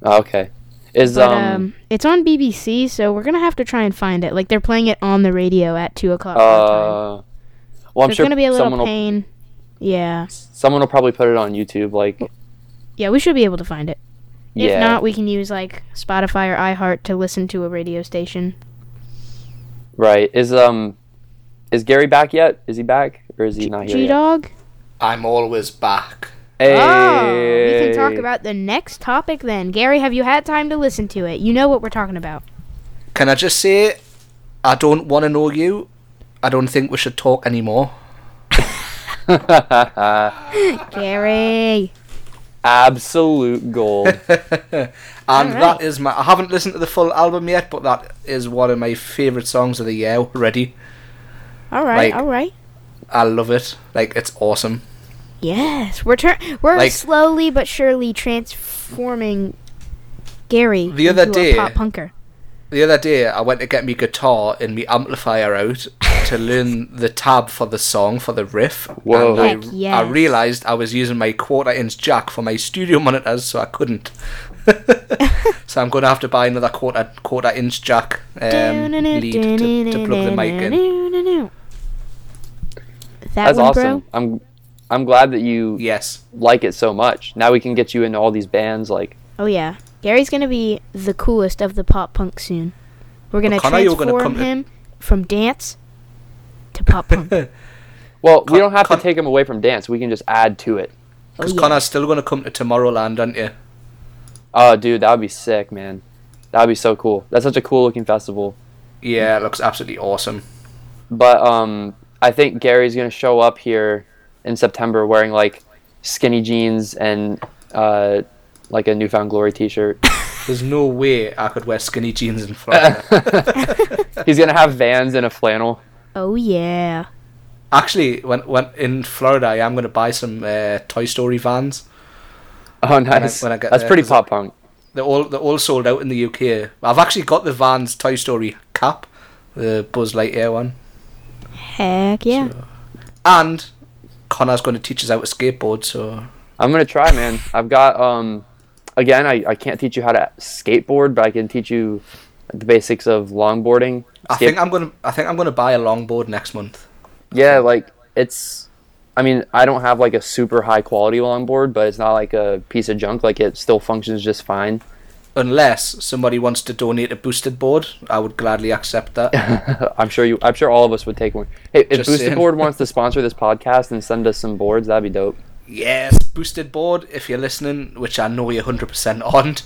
Speaker 2: Oh, okay. Is
Speaker 3: But
Speaker 2: um,
Speaker 3: um, it's on BBC, so we're gonna have to try and find it. Like they're playing it on the radio at two o'clock. our time.
Speaker 2: uh well, I'm
Speaker 3: There's
Speaker 2: sure
Speaker 3: gonna be a
Speaker 2: someone will,
Speaker 3: little pain. Yeah,
Speaker 2: someone will probably put it on YouTube. Like,
Speaker 3: yeah, we should be able to find it.
Speaker 2: yeah,
Speaker 3: If not, we can use like Spotify or iHeart to listen to a radio station.
Speaker 2: right? Is um, is Gary back yet? Is he back or is he not here?
Speaker 3: G
Speaker 2: yet?
Speaker 3: Dog.
Speaker 1: I'm always back.
Speaker 2: Hey,
Speaker 3: Oh, we can talk about the next topic then. Gary, have you had time to listen to it? You know what we're talking about.
Speaker 1: Can I just say, I don't want to know you. I don't think we should talk anymore.
Speaker 3: Gary.
Speaker 2: absolute gold.
Speaker 1: And
Speaker 3: Alright.
Speaker 1: that is my. I haven't listened to the full album yet, but that is one of my favourite songs of the year already.
Speaker 3: All right,
Speaker 1: Like-
Speaker 3: all right.
Speaker 1: I love it. Like, it's awesome.
Speaker 3: Yes, we're tur- we're
Speaker 1: Like-
Speaker 3: slowly but surely transforming Gary
Speaker 1: The other
Speaker 3: into
Speaker 1: day-
Speaker 3: a pop punker.
Speaker 1: The other day, I went to get me guitar and me amplifier out to learn the tab for the song for the riff.
Speaker 2: Whoa.
Speaker 1: And I-
Speaker 3: Heck yes.
Speaker 1: I realised I was using my quarter-inch jack for my studio monitors, so I couldn't. so I'm going to have to buy another quarter quarter-inch jack um, lead to, to plug the mic in.
Speaker 3: That
Speaker 2: That's
Speaker 3: one,
Speaker 2: awesome.
Speaker 3: bro.
Speaker 2: I'm I'm glad that you
Speaker 1: Yes,
Speaker 2: like it so much. Now we can get you into all these bands. Like,
Speaker 3: Oh yeah, Gary's gonna be the coolest of the pop punk soon. We're gonna
Speaker 1: O'Connor, you're gonna
Speaker 3: transform
Speaker 1: come to-
Speaker 3: him from dance to pop punk.
Speaker 2: well, we
Speaker 1: Con-
Speaker 2: don't have
Speaker 1: con-
Speaker 2: to take them away from dance. We can just add to it.
Speaker 1: because
Speaker 3: Oh, yeah.
Speaker 1: Connor's still going to come to Tomorrowland, aren't you?
Speaker 2: Oh, dude, that would be sick, man. That would be so cool. That's such a cool looking festival.
Speaker 1: Yeah, it looks absolutely awesome.
Speaker 2: But um, I think Gary's gonna show up here in September wearing like skinny jeans and uh, like a Newfound Glory T-shirt.
Speaker 1: There's no way I could wear skinny jeans in Florida.
Speaker 2: He's gonna have Vans and a flannel.
Speaker 3: oh yeah.
Speaker 1: Actually, when when in Florida, I am going to buy some uh, Toy Story vans.
Speaker 2: Oh, nice.
Speaker 1: when I get
Speaker 2: That's
Speaker 1: there,
Speaker 2: pretty
Speaker 1: 'cause I-
Speaker 2: pop punk.
Speaker 1: They're all they're all sold out in the UK. I've actually got the Vans Toy Story cap, the Buzz Lightyear one,
Speaker 3: Heck yeah.
Speaker 1: and Connor's going to teach us how to skateboard. So
Speaker 2: I'm gonna try, man. I've got um, again, I, I can't teach you how to skateboard, but I can teach you the basics of longboarding.
Speaker 1: I
Speaker 2: Skate-
Speaker 1: think I'm going to I think I'm going to buy a longboard next month.
Speaker 2: yeah, like it's. I mean, I don't have like a super high quality longboard, but it's not like a piece of junk. Like it still functions just fine.
Speaker 1: Unless somebody wants to donate a boosted board, I would gladly accept that.
Speaker 2: I'm sure you. I'm sure all of us would take one. Hey, if
Speaker 1: Just
Speaker 2: Boosted
Speaker 1: saying.
Speaker 2: Board wants to sponsor this podcast and send us some boards, that'd be dope.
Speaker 1: yes, boosted board. If you're listening, which I know you 100% aren't,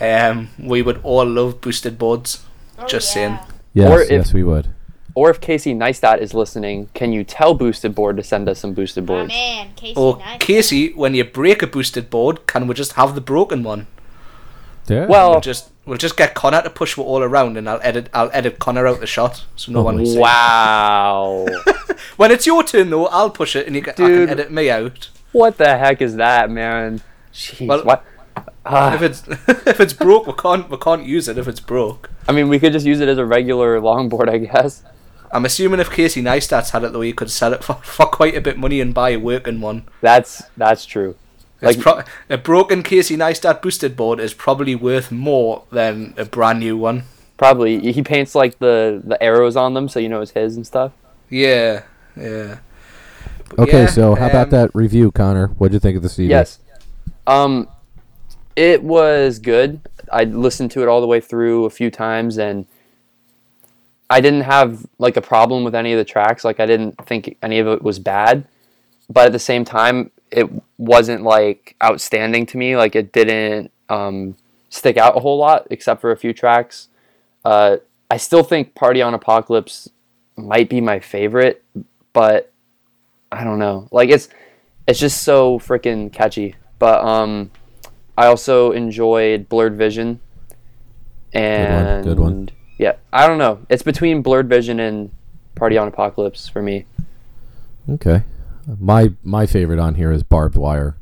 Speaker 1: um, we would all love boosted boards. Just saying.
Speaker 4: yes,
Speaker 2: Or if-
Speaker 4: yes, we would.
Speaker 2: Or if Casey Neistat is listening, can you tell Boosted Board to send us some Boosted boards?
Speaker 5: Man, Casey
Speaker 1: Or
Speaker 5: Neistat.
Speaker 1: Casey, when you break a boosted board, can we just have the broken one?
Speaker 4: Yeah.
Speaker 1: We'll
Speaker 2: Well,
Speaker 1: just we'll just get Connor to push what all around, and I'll edit I'll edit Connor out the shot, so no one. will see.
Speaker 2: wow.
Speaker 1: When it's your turn though, I'll push it, and you can, I can
Speaker 2: Dude.
Speaker 1: edit me out.
Speaker 2: What the heck is that, man? Jeez,
Speaker 1: Well-
Speaker 2: what? Ah,
Speaker 1: If it's if it's broke, we can't we can't use it. If it's broke,
Speaker 2: I mean, we could just use it as a regular longboard, I guess.
Speaker 1: I'm assuming if Casey Neistat's had it though, he could sell it for, for quite a bit of money and buy a working one.
Speaker 2: That's that's true.
Speaker 1: It's
Speaker 2: Like-
Speaker 1: pro- a broken Casey Neistat boosted board is probably worth more than a brand new one.
Speaker 2: Probably he paints like the the arrows on them, so you know it's his and stuff.
Speaker 1: Yeah, yeah. But
Speaker 4: Okay,
Speaker 1: yeah,
Speaker 4: so how about
Speaker 1: um,
Speaker 4: that review, Connor? What'd you think of the CD?
Speaker 2: Yes. Um, it was good. I listened to it all the way through a few times, and I didn't have like a problem with any of the tracks. Like I didn't think any of it was bad, but at the same time, it wasn't like outstanding to me. Like it didn't um, stick out a whole lot, except for a few tracks. Uh, I still think Party on Apocalypse might be my favorite, but I don't know. Like it's it's just so freaking catchy. But um, I also enjoyed Blurred Vision. And
Speaker 4: good one.
Speaker 2: Yeah, I don't know. It's between Blurred Vision and Party on Apocalypse for me.
Speaker 4: Okay. My my favorite on here is barbed wire.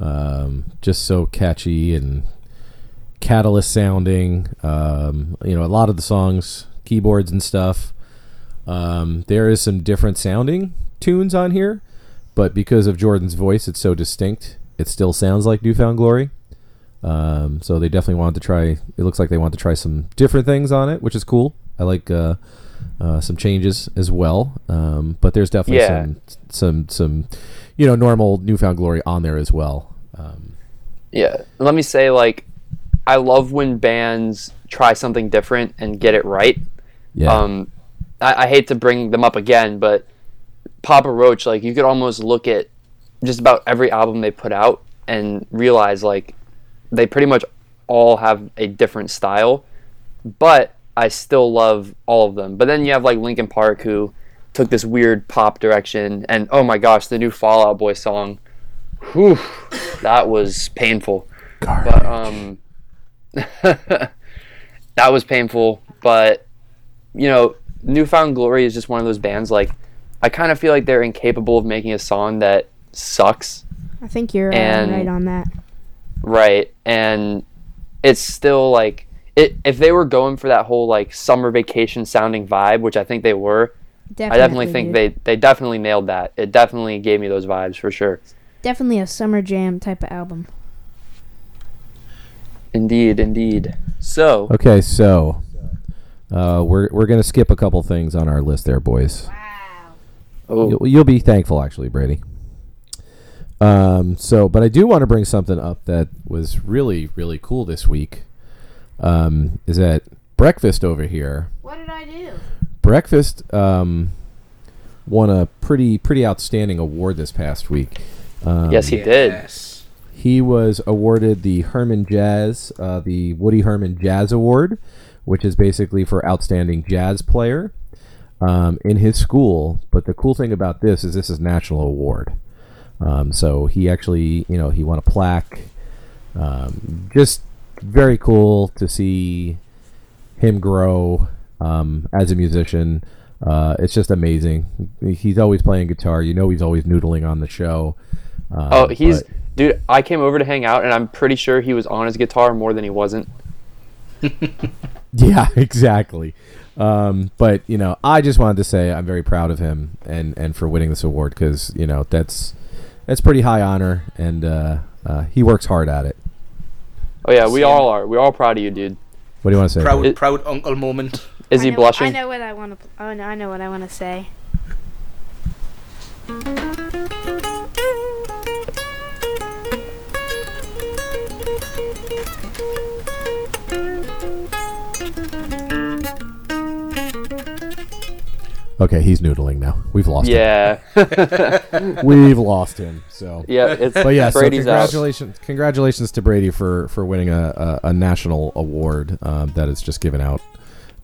Speaker 4: Um, just so catchy and catalyst sounding. Um, you know, a lot of the songs, keyboards and stuff. Um, there is some different sounding tunes on here, but because of Jordan's voice, it's so distinct. It still sounds like Newfound Glory. Um, so they definitely wanted to try. It looks like they want to try some different things on it, which is cool. I like uh, uh, some changes as well. Um, but there's definitely
Speaker 2: Yeah.
Speaker 4: some some some you know normal Newfound Glory on there as well. Um,
Speaker 2: Yeah. Let me say, like, I love when bands try something different and get it right.
Speaker 4: yeah,
Speaker 2: Um, I, I hate to bring them up again, but Papa Roach, like, you could almost look at just about every album they put out and realize, like, they pretty much all have a different style, but I still love all of them. But then you have, like, Linkin Park, who took this weird pop direction, and oh my gosh, the new Fallout Boy song. Whew, that was painful. But, um, that was painful, but you know, Newfound Glory is just one of those bands. Like, I kind of feel like they're incapable of making a song that sucks,
Speaker 6: I think you're uh,
Speaker 2: And-
Speaker 6: right on that.
Speaker 2: right? And it's still like, it, if they were going for that whole like summer vacation sounding vibe, which I think they were,
Speaker 6: Definitely,
Speaker 2: I definitely think
Speaker 6: dude.
Speaker 2: they they definitely nailed that. It definitely gave me those vibes for sure.
Speaker 6: definitely a summer jam type of album.
Speaker 2: Indeed, indeed. So
Speaker 4: Okay, so uh, we're we're gonna skip a couple things on our list there, boys.
Speaker 2: oh,
Speaker 4: You'll, you'll be thankful, actually, Brady. Um, so, but I do want to bring something up that was really, really cool this week. Um, is that breakfast over here?
Speaker 5: What did I do?
Speaker 4: Breakfast um, won a pretty, pretty outstanding award this past week. Um,
Speaker 2: yes, he did.
Speaker 1: Yes.
Speaker 4: he was awarded the Herman Jazz, uh, the Woody Herman Jazz Award, which is basically for outstanding jazz player um, in his school. But the cool thing about this is this is national award. Um, so he actually, you know, he won a plaque. Um, just very cool to see him grow um, as a musician. Uh, it's just amazing. He's always playing guitar. You know, he's always noodling on the show. Um,
Speaker 2: Oh, he's
Speaker 4: but-
Speaker 2: dude. I came over to hang out, and I'm pretty sure he was on his guitar more than he wasn't.
Speaker 4: Yeah, exactly. Um, but you know, I just wanted to say I'm very proud of him and and for winning this award because you know that's that's pretty high honor and uh, uh, he works hard at it.
Speaker 2: Oh yeah, we
Speaker 1: Same.
Speaker 2: all are. We're all proud of you, dude.
Speaker 4: What do you want to say?
Speaker 1: Proud,
Speaker 2: It-
Speaker 1: proud uncle moment.
Speaker 2: Is he
Speaker 3: I know,
Speaker 2: blushing?
Speaker 3: I know what I want to. Oh no, I know what I want to say.
Speaker 4: Okay, he's noodling now. We've lost.
Speaker 2: Yeah,
Speaker 4: him. we've lost him. So.
Speaker 2: yeah. It's
Speaker 4: But yeah,
Speaker 2: Brady's
Speaker 4: so
Speaker 2: out.
Speaker 4: congratulations, congratulations to Brady for for winning a, a, a national award um, that is just given out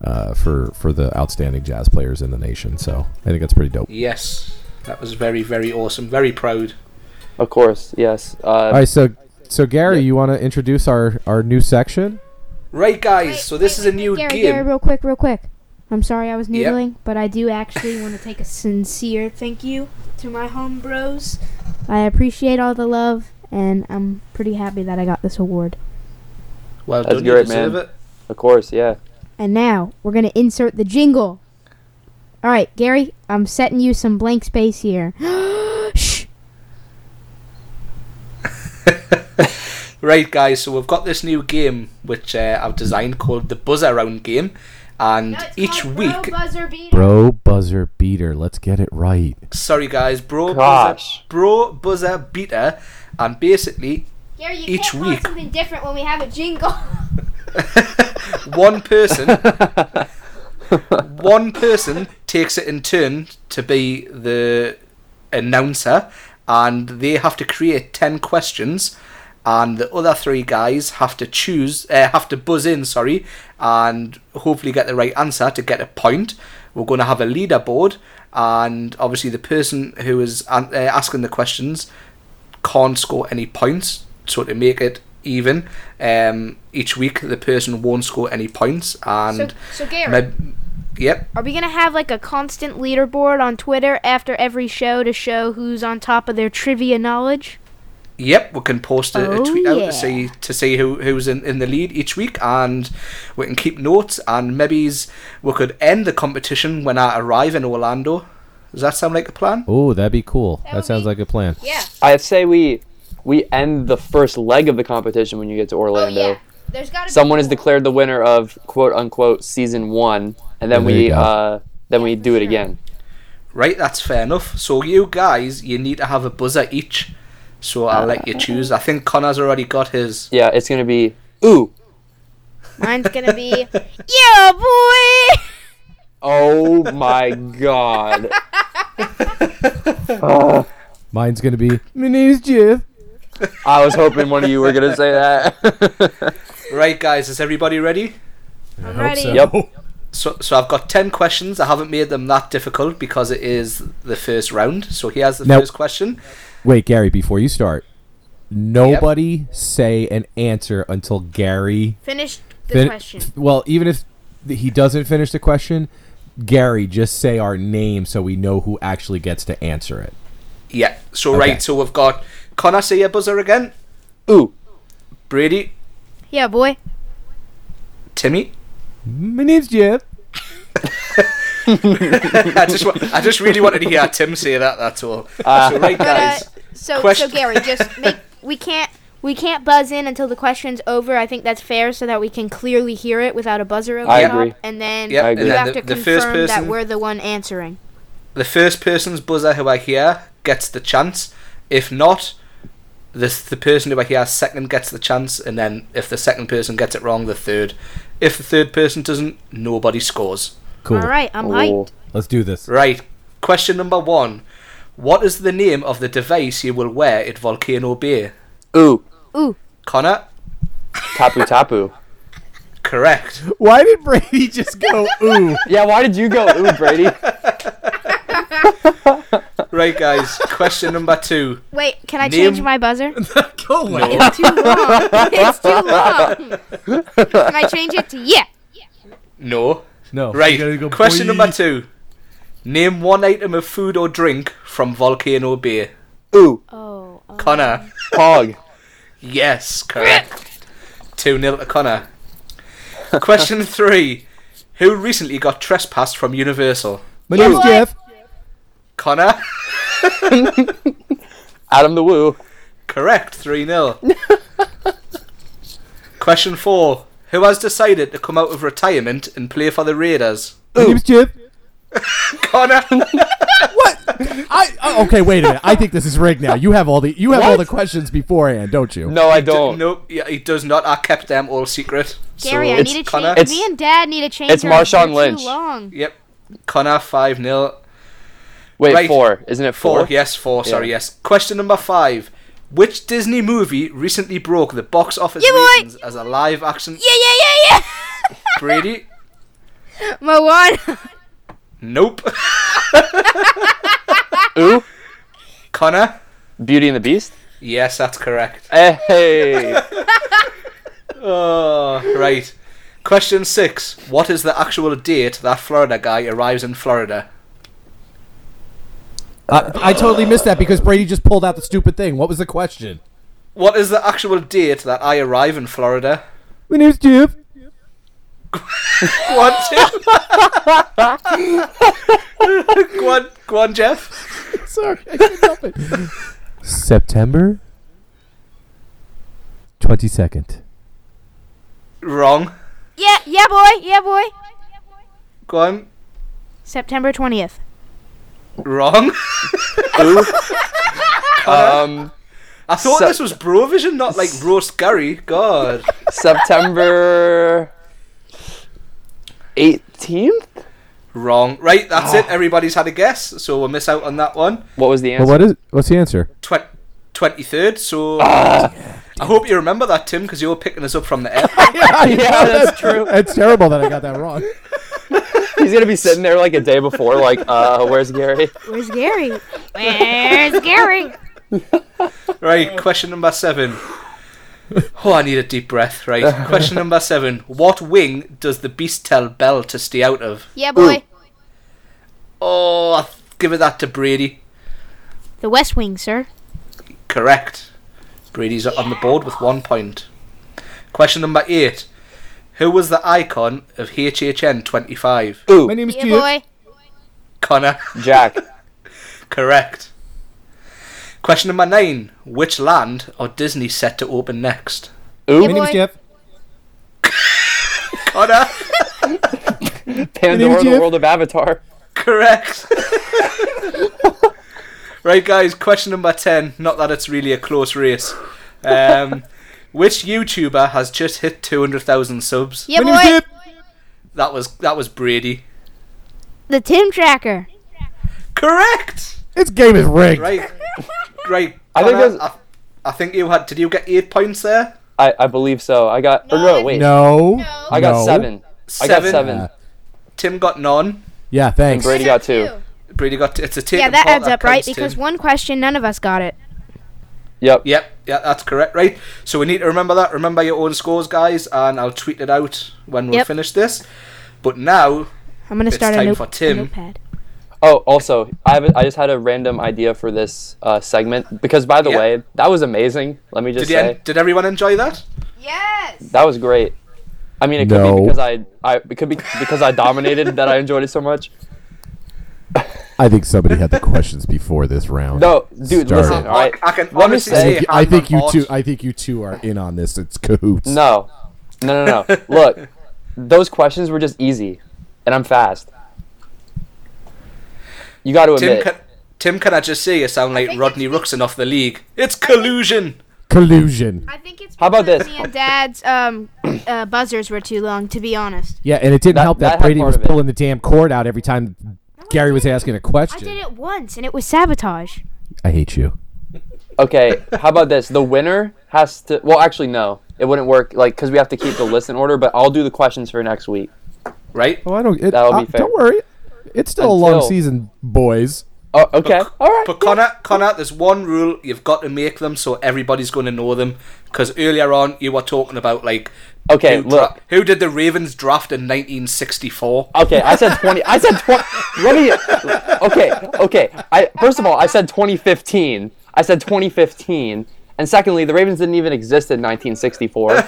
Speaker 4: uh, for for the outstanding jazz players in the nation. So I think that's pretty dope.
Speaker 1: Yes. That was very, very awesome. Very proud.
Speaker 2: Of course, yes.
Speaker 4: All
Speaker 2: Uh,
Speaker 4: right, so so Gary, you want to introduce our our new section?
Speaker 1: Right, guys. so this is a new
Speaker 6: Gary,
Speaker 1: game.
Speaker 6: Gary, real quick, real quick. I'm sorry I was
Speaker 1: Yep.
Speaker 6: noodling, but I do actually want to take a sincere thank you to my home bros. I appreciate all the love, and I'm pretty happy that I got this award.
Speaker 1: well
Speaker 2: That's
Speaker 1: done. You
Speaker 2: great,
Speaker 1: deserve
Speaker 2: man.
Speaker 1: it.
Speaker 2: of course, yeah.
Speaker 6: And now we're gonna insert the jingle. All right, Gary, I'm setting you some blank space here. Shh.
Speaker 1: Right, guys. So we've got this new game which uh, I've designed called the Buzz Around Game, and
Speaker 5: No, it's
Speaker 1: each
Speaker 5: called
Speaker 1: week,
Speaker 5: Bro buzzer beater.
Speaker 4: Bro buzzer beater. Let's get it right.
Speaker 1: sorry guys, bro,
Speaker 2: Gosh.
Speaker 1: buzzer, bro buzzer beater, and basically
Speaker 5: Gary, you
Speaker 1: each
Speaker 5: can't call it
Speaker 1: week.
Speaker 5: something different when we have a jingle.
Speaker 1: one person, one person takes it in turn to be the announcer, and they have to create ten questions, and the other three guys have to choose, uh, have to buzz in, sorry, and hopefully get the right answer to get a point. We're going to have a leaderboard, and obviously the person who is an- uh, asking the questions can't score any points. So to make it even, um, each week the person won't score any points, and
Speaker 5: so, so Gary,
Speaker 1: Mayb- yep.
Speaker 3: Are we gonna have like a constant leaderboard on Twitter after every show to show who's on top of their trivia knowledge?
Speaker 1: Yep, we can post a, a
Speaker 3: Oh,
Speaker 1: tweet out
Speaker 3: yeah.
Speaker 1: to see to see who who's in, in the lead each week, and we can keep notes. And maybe we could end the competition when I arrive in Orlando. Does that sound like a plan?
Speaker 4: Oh, that'd be cool. That,
Speaker 5: would
Speaker 4: sounds
Speaker 5: be-
Speaker 4: like a plan.
Speaker 5: yeah.
Speaker 2: I say we we end the first leg of the competition when you get to Orlando.
Speaker 5: Oh yeah. There's gotta
Speaker 2: Someone
Speaker 5: be
Speaker 2: is declared the winner of quote unquote season one, and then
Speaker 4: There you
Speaker 2: we
Speaker 4: go.
Speaker 2: uh, then we do it again.
Speaker 1: Right, that's fair enough. So you guys, you need to have a buzzer each. So I'll let you choose. I think Connor's already got his.
Speaker 2: Yeah, it's gonna be ooh.
Speaker 3: Mine's gonna be Yeah boy
Speaker 2: Oh my god.
Speaker 4: Mine's gonna be. My name's Jeff.
Speaker 2: I was hoping one of you were gonna say that.
Speaker 1: Right, guys, is everybody ready?
Speaker 4: I'm
Speaker 3: ready.
Speaker 2: Yep.
Speaker 1: So, so I've got ten questions. I haven't made them that difficult because it is the first round. So here's the
Speaker 4: Now-
Speaker 1: first question.
Speaker 4: Wait, Gary, before you start, nobody say an answer until Gary.
Speaker 3: Finish the
Speaker 4: fin-
Speaker 3: question.
Speaker 4: Well, even if th- he doesn't finish the question, Gary, just say our name so we know who actually gets to answer it.
Speaker 1: Yeah. So
Speaker 4: Okay.
Speaker 1: right, so we've got Connor. Say your buzzer again.
Speaker 2: Ooh.
Speaker 1: Brady,
Speaker 3: Yeah boy.
Speaker 1: Timmy.
Speaker 4: My name's Jeff.
Speaker 1: I just, wa- I just really wanted to hear Tim say that. That's all. so right, guys.
Speaker 3: uh, So
Speaker 1: Question-
Speaker 3: so Gary, just make we can't we can't buzz in until the question's over. I think that's fair so that we can clearly hear it without a buzzer over
Speaker 2: I
Speaker 3: the top.
Speaker 2: agree.
Speaker 3: And then
Speaker 1: Yep,
Speaker 2: I
Speaker 3: you
Speaker 2: agree.
Speaker 3: have
Speaker 1: and
Speaker 3: to
Speaker 1: then the- the
Speaker 3: confirm
Speaker 1: first
Speaker 3: that
Speaker 1: person-
Speaker 3: we're the one answering.
Speaker 1: The first person's buzzer who I hear gets the chance. If not, this the person who I hear second gets the chance, and then if the second person gets it wrong, the third. If the third person doesn't, nobody scores.
Speaker 4: Cool.
Speaker 3: All right, I'm
Speaker 2: Ooh.
Speaker 3: hyped.
Speaker 4: Let's do this.
Speaker 1: Right. Question number one. What is the name of the device you will wear at Volcano Bay?
Speaker 2: Ooh.
Speaker 1: Connor,
Speaker 2: Tapu tapu.
Speaker 1: correct.
Speaker 4: Why did Brady just go ooh?
Speaker 2: Yeah, why did you go ooh, Brady?
Speaker 1: Right, guys. Question number two.
Speaker 3: Wait, can I
Speaker 1: Name-
Speaker 3: change my buzzer?
Speaker 4: go away.
Speaker 3: It's too long. It's too long. Can I change it to yeah?
Speaker 1: No.
Speaker 4: No.
Speaker 1: Right.
Speaker 4: you gotta go,
Speaker 1: Question
Speaker 4: boy.
Speaker 1: number two. Name one item of food or drink from Volcano Bay.
Speaker 2: Ooh.
Speaker 3: Oh, oh.
Speaker 1: Connor.
Speaker 2: Hog.
Speaker 1: Yes, correct. 2 0 to Connor. Question three. Who recently got trespassed from Universal?
Speaker 4: My name's
Speaker 3: what?
Speaker 4: Jeff.
Speaker 1: Connor?
Speaker 2: Adam the Woo.
Speaker 1: Correct, 3 0. Question four. Who has decided to come out of retirement and play for the Raiders?
Speaker 4: My name's Jeff.
Speaker 1: Connor!
Speaker 4: I oh, okay. Wait a minute. I think this is rigged now. You have all the you have all the questions beforehand, don't you?
Speaker 2: No, I don't.
Speaker 1: No, yeah, he does not. I kept them all secret.
Speaker 3: Gary,
Speaker 1: so
Speaker 3: I
Speaker 2: it's
Speaker 3: need to
Speaker 1: Connor.
Speaker 3: change.
Speaker 2: It's-
Speaker 3: Me and Dad need to change.
Speaker 2: it's
Speaker 3: ours.
Speaker 2: Marshawn
Speaker 3: They're too
Speaker 2: Lynch.
Speaker 3: long.
Speaker 1: Yep. Connor, 5 0.
Speaker 2: Wait,
Speaker 1: Right.
Speaker 2: four. Isn't it
Speaker 1: Four,
Speaker 2: four?
Speaker 1: yes, four,
Speaker 2: Yeah.
Speaker 1: sorry, yes. Question number five. Which Disney movie recently broke the box office
Speaker 3: Yeah, boy.
Speaker 1: ratings as a live action
Speaker 3: Yeah, yeah, yeah,
Speaker 1: Brady?
Speaker 3: yeah. Moana.
Speaker 1: Nope.
Speaker 2: Ooh.
Speaker 1: Connor?
Speaker 2: Beauty and the Beast? Eh,
Speaker 1: Yes, that's correct.
Speaker 2: Hey.
Speaker 1: Oh, right. Question six. What is the actual date that Florida guy arrives in Florida?
Speaker 4: I, I totally missed that because Brady just pulled out the stupid thing. What was the question?
Speaker 1: What is the actual date that I arrive in Florida?
Speaker 4: My name's Jeff.
Speaker 1: Go on, Jeff. go, on, go on, Jeff.
Speaker 4: Sorry, I couldn't help it. September twenty second.
Speaker 1: Wrong.
Speaker 3: Yeah, yeah, boy, yeah, boy.
Speaker 1: Go on.
Speaker 3: September twentieth.
Speaker 1: Wrong.
Speaker 2: Ooh. um,
Speaker 1: I thought
Speaker 2: So-
Speaker 1: this was Brovision, not like roast Gary. God.
Speaker 2: September 18th?
Speaker 1: Wrong. Right, that's
Speaker 2: Oh.
Speaker 1: it. Everybody's had a guess, so we'll miss out on that one.
Speaker 2: What was the answer?
Speaker 4: Well, what is? What's the answer?
Speaker 1: Twen- 23rd, so.
Speaker 2: Ah.
Speaker 1: I hope you remember that, Tim, because you were picking us up from the air.
Speaker 4: yeah,
Speaker 2: Yeah, that's true.
Speaker 4: It's terrible that I got that wrong.
Speaker 2: He's gonna be sitting there like a day before, like, uh, where's Gary?
Speaker 3: Where's Gary?
Speaker 5: Where's Gary?
Speaker 1: Right, question number seven. Oh, I need a deep breath. Right, question number seven. What wing does the beast tell Bell to stay out of?
Speaker 5: Yeah, boy.
Speaker 1: Oh, I'll give it that to Brady.
Speaker 3: The West Wing, sir.
Speaker 1: Correct. Brady's on the board with one point. Question number eight. Who was the icon of HHN 25?
Speaker 4: My name is
Speaker 5: Yeah,
Speaker 4: Gia.
Speaker 5: boy.
Speaker 1: Connor.
Speaker 2: Jack.
Speaker 1: Correct. Question number nine. Which land are Disney set to open next?
Speaker 4: My
Speaker 2: Oop.
Speaker 4: name is
Speaker 5: boy.
Speaker 4: Jeff.
Speaker 1: Connor.
Speaker 2: Pandora, the
Speaker 4: Jeff.
Speaker 2: world of Avatar.
Speaker 1: Correct. right, guys. Question number ten. Not that it's really a close race. Um, which YouTuber has just hit two hundred thousand subs?
Speaker 5: Yeah,
Speaker 4: My name is
Speaker 5: boy.
Speaker 4: Jeff.
Speaker 1: That was that was Brady.
Speaker 3: The Tim Tracker.
Speaker 1: Correct.
Speaker 4: This game is rigged.
Speaker 1: Right. Right.
Speaker 2: I think
Speaker 1: Connor,
Speaker 2: there's-
Speaker 1: I, I think you had. Did you get eight points there?
Speaker 2: I, I believe so. I got. or no, wait.
Speaker 4: No.
Speaker 2: I got
Speaker 4: No.
Speaker 2: seven. I got seven.
Speaker 4: Yeah.
Speaker 1: Tim got none.
Speaker 4: Yeah, thanks.
Speaker 2: Brady got two.
Speaker 1: Brady got. T- it's a take.
Speaker 3: yeah,
Speaker 1: and
Speaker 3: that
Speaker 1: part,
Speaker 3: adds up, right?
Speaker 1: counts,
Speaker 3: Because
Speaker 1: Tim.
Speaker 3: one question, none of us got it.
Speaker 2: Yep.
Speaker 1: Yep, yeah, that's correct, right? So we need to remember that. Remember your own scores, guys, and I'll tweet it out when we
Speaker 3: Yep.
Speaker 1: finish this. But now
Speaker 3: I'm gonna
Speaker 1: It's
Speaker 3: start a,
Speaker 1: time
Speaker 3: note-
Speaker 1: for Tim.
Speaker 3: a notepad.
Speaker 2: Oh, also, I have. A, I just had a random idea for this uh, segment because, by the
Speaker 1: Yeah.
Speaker 2: way, that was amazing. Let me just
Speaker 1: Did, you,
Speaker 2: say
Speaker 1: en- did everyone enjoy that?
Speaker 5: Yes.
Speaker 2: that was great. I mean, it could
Speaker 4: No.
Speaker 2: be because I, I it could be because I dominated that I enjoyed it so much.
Speaker 4: I think somebody had the questions before this round.
Speaker 2: No, dude,
Speaker 4: Started.
Speaker 2: listen. All right,
Speaker 1: I, I can
Speaker 2: me
Speaker 1: honestly
Speaker 2: say-
Speaker 4: I
Speaker 1: say,
Speaker 4: think, I
Speaker 1: hand
Speaker 4: think
Speaker 1: on
Speaker 4: you
Speaker 1: heart,
Speaker 4: two. I think you two are in on this. It's cahoots.
Speaker 2: No, no, no, no. Look, those questions were just easy, and I'm fast. You got to
Speaker 1: Tim
Speaker 2: admit,
Speaker 1: can, Tim, can I just say you sound like
Speaker 5: think
Speaker 1: Rodney Rookson off the league? It's collusion.
Speaker 4: Collusion.
Speaker 5: I think it's
Speaker 2: How about
Speaker 5: because
Speaker 2: this?
Speaker 5: me
Speaker 3: Me and
Speaker 5: and-
Speaker 3: Dad's um, uh, buzzers were too long, to be honest.
Speaker 4: Yeah, and it didn't
Speaker 2: That-
Speaker 4: help
Speaker 2: that
Speaker 4: that
Speaker 2: had
Speaker 4: Brady
Speaker 2: part
Speaker 4: was
Speaker 2: of it.
Speaker 4: pulling the damn cord out every time Gary was asking a
Speaker 3: I did
Speaker 4: question.
Speaker 3: it once, and it was sabotage.
Speaker 4: I hate you.
Speaker 2: okay. How about this? The winner has to. Well, actually, no, it wouldn't work. Like, because we have to keep the list in order. But I'll do the questions for next week.
Speaker 1: Right?
Speaker 4: Well, I don't. It,
Speaker 2: That'll be
Speaker 4: uh,
Speaker 2: fair.
Speaker 4: Don't worry. It's still a long
Speaker 2: Until-
Speaker 4: season, boys.
Speaker 2: Oh, okay. All right.
Speaker 1: But Connor, Connor, there's one rule you've got to make them so everybody's going to know them. Because earlier on, you were talking about like
Speaker 2: Okay,
Speaker 1: who, dra-
Speaker 2: look. Uh,
Speaker 1: who did the Ravens draft in 1964?
Speaker 2: Okay, I said 20. I said 20. What are you? Okay, okay. I first of all, I said 2015. I said 2015. And secondly, the Ravens didn't even exist in 1964.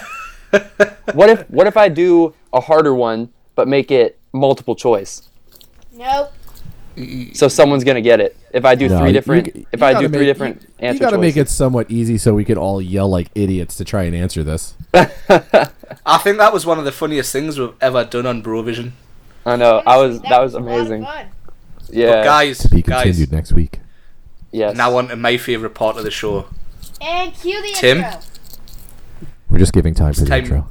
Speaker 2: What if what if I do a harder one but make it multiple choice?
Speaker 5: Nope.
Speaker 2: So someone's going to get it. If I do
Speaker 4: No,
Speaker 2: three
Speaker 4: you-
Speaker 2: different
Speaker 4: you-
Speaker 2: if
Speaker 4: you
Speaker 2: I
Speaker 4: gotta
Speaker 2: do three
Speaker 4: make-
Speaker 2: different
Speaker 4: you,
Speaker 2: answer
Speaker 4: You gotta
Speaker 2: choices.
Speaker 4: make it somewhat easy so we can all yell like idiots to try and answer this.
Speaker 1: I think that was one of the funniest things we've ever done on Brovision.
Speaker 2: I know. I was
Speaker 5: Honestly,
Speaker 2: that was
Speaker 5: a lot of
Speaker 2: amazing.
Speaker 5: fun.
Speaker 2: Yeah.
Speaker 1: Guys,
Speaker 4: Be
Speaker 1: guys,
Speaker 4: continued next week.
Speaker 2: yes.
Speaker 1: now on to my favourite part of the show.
Speaker 5: And cue the
Speaker 1: Tim?
Speaker 5: intro.
Speaker 4: We're just giving time for the
Speaker 1: time.
Speaker 4: intro.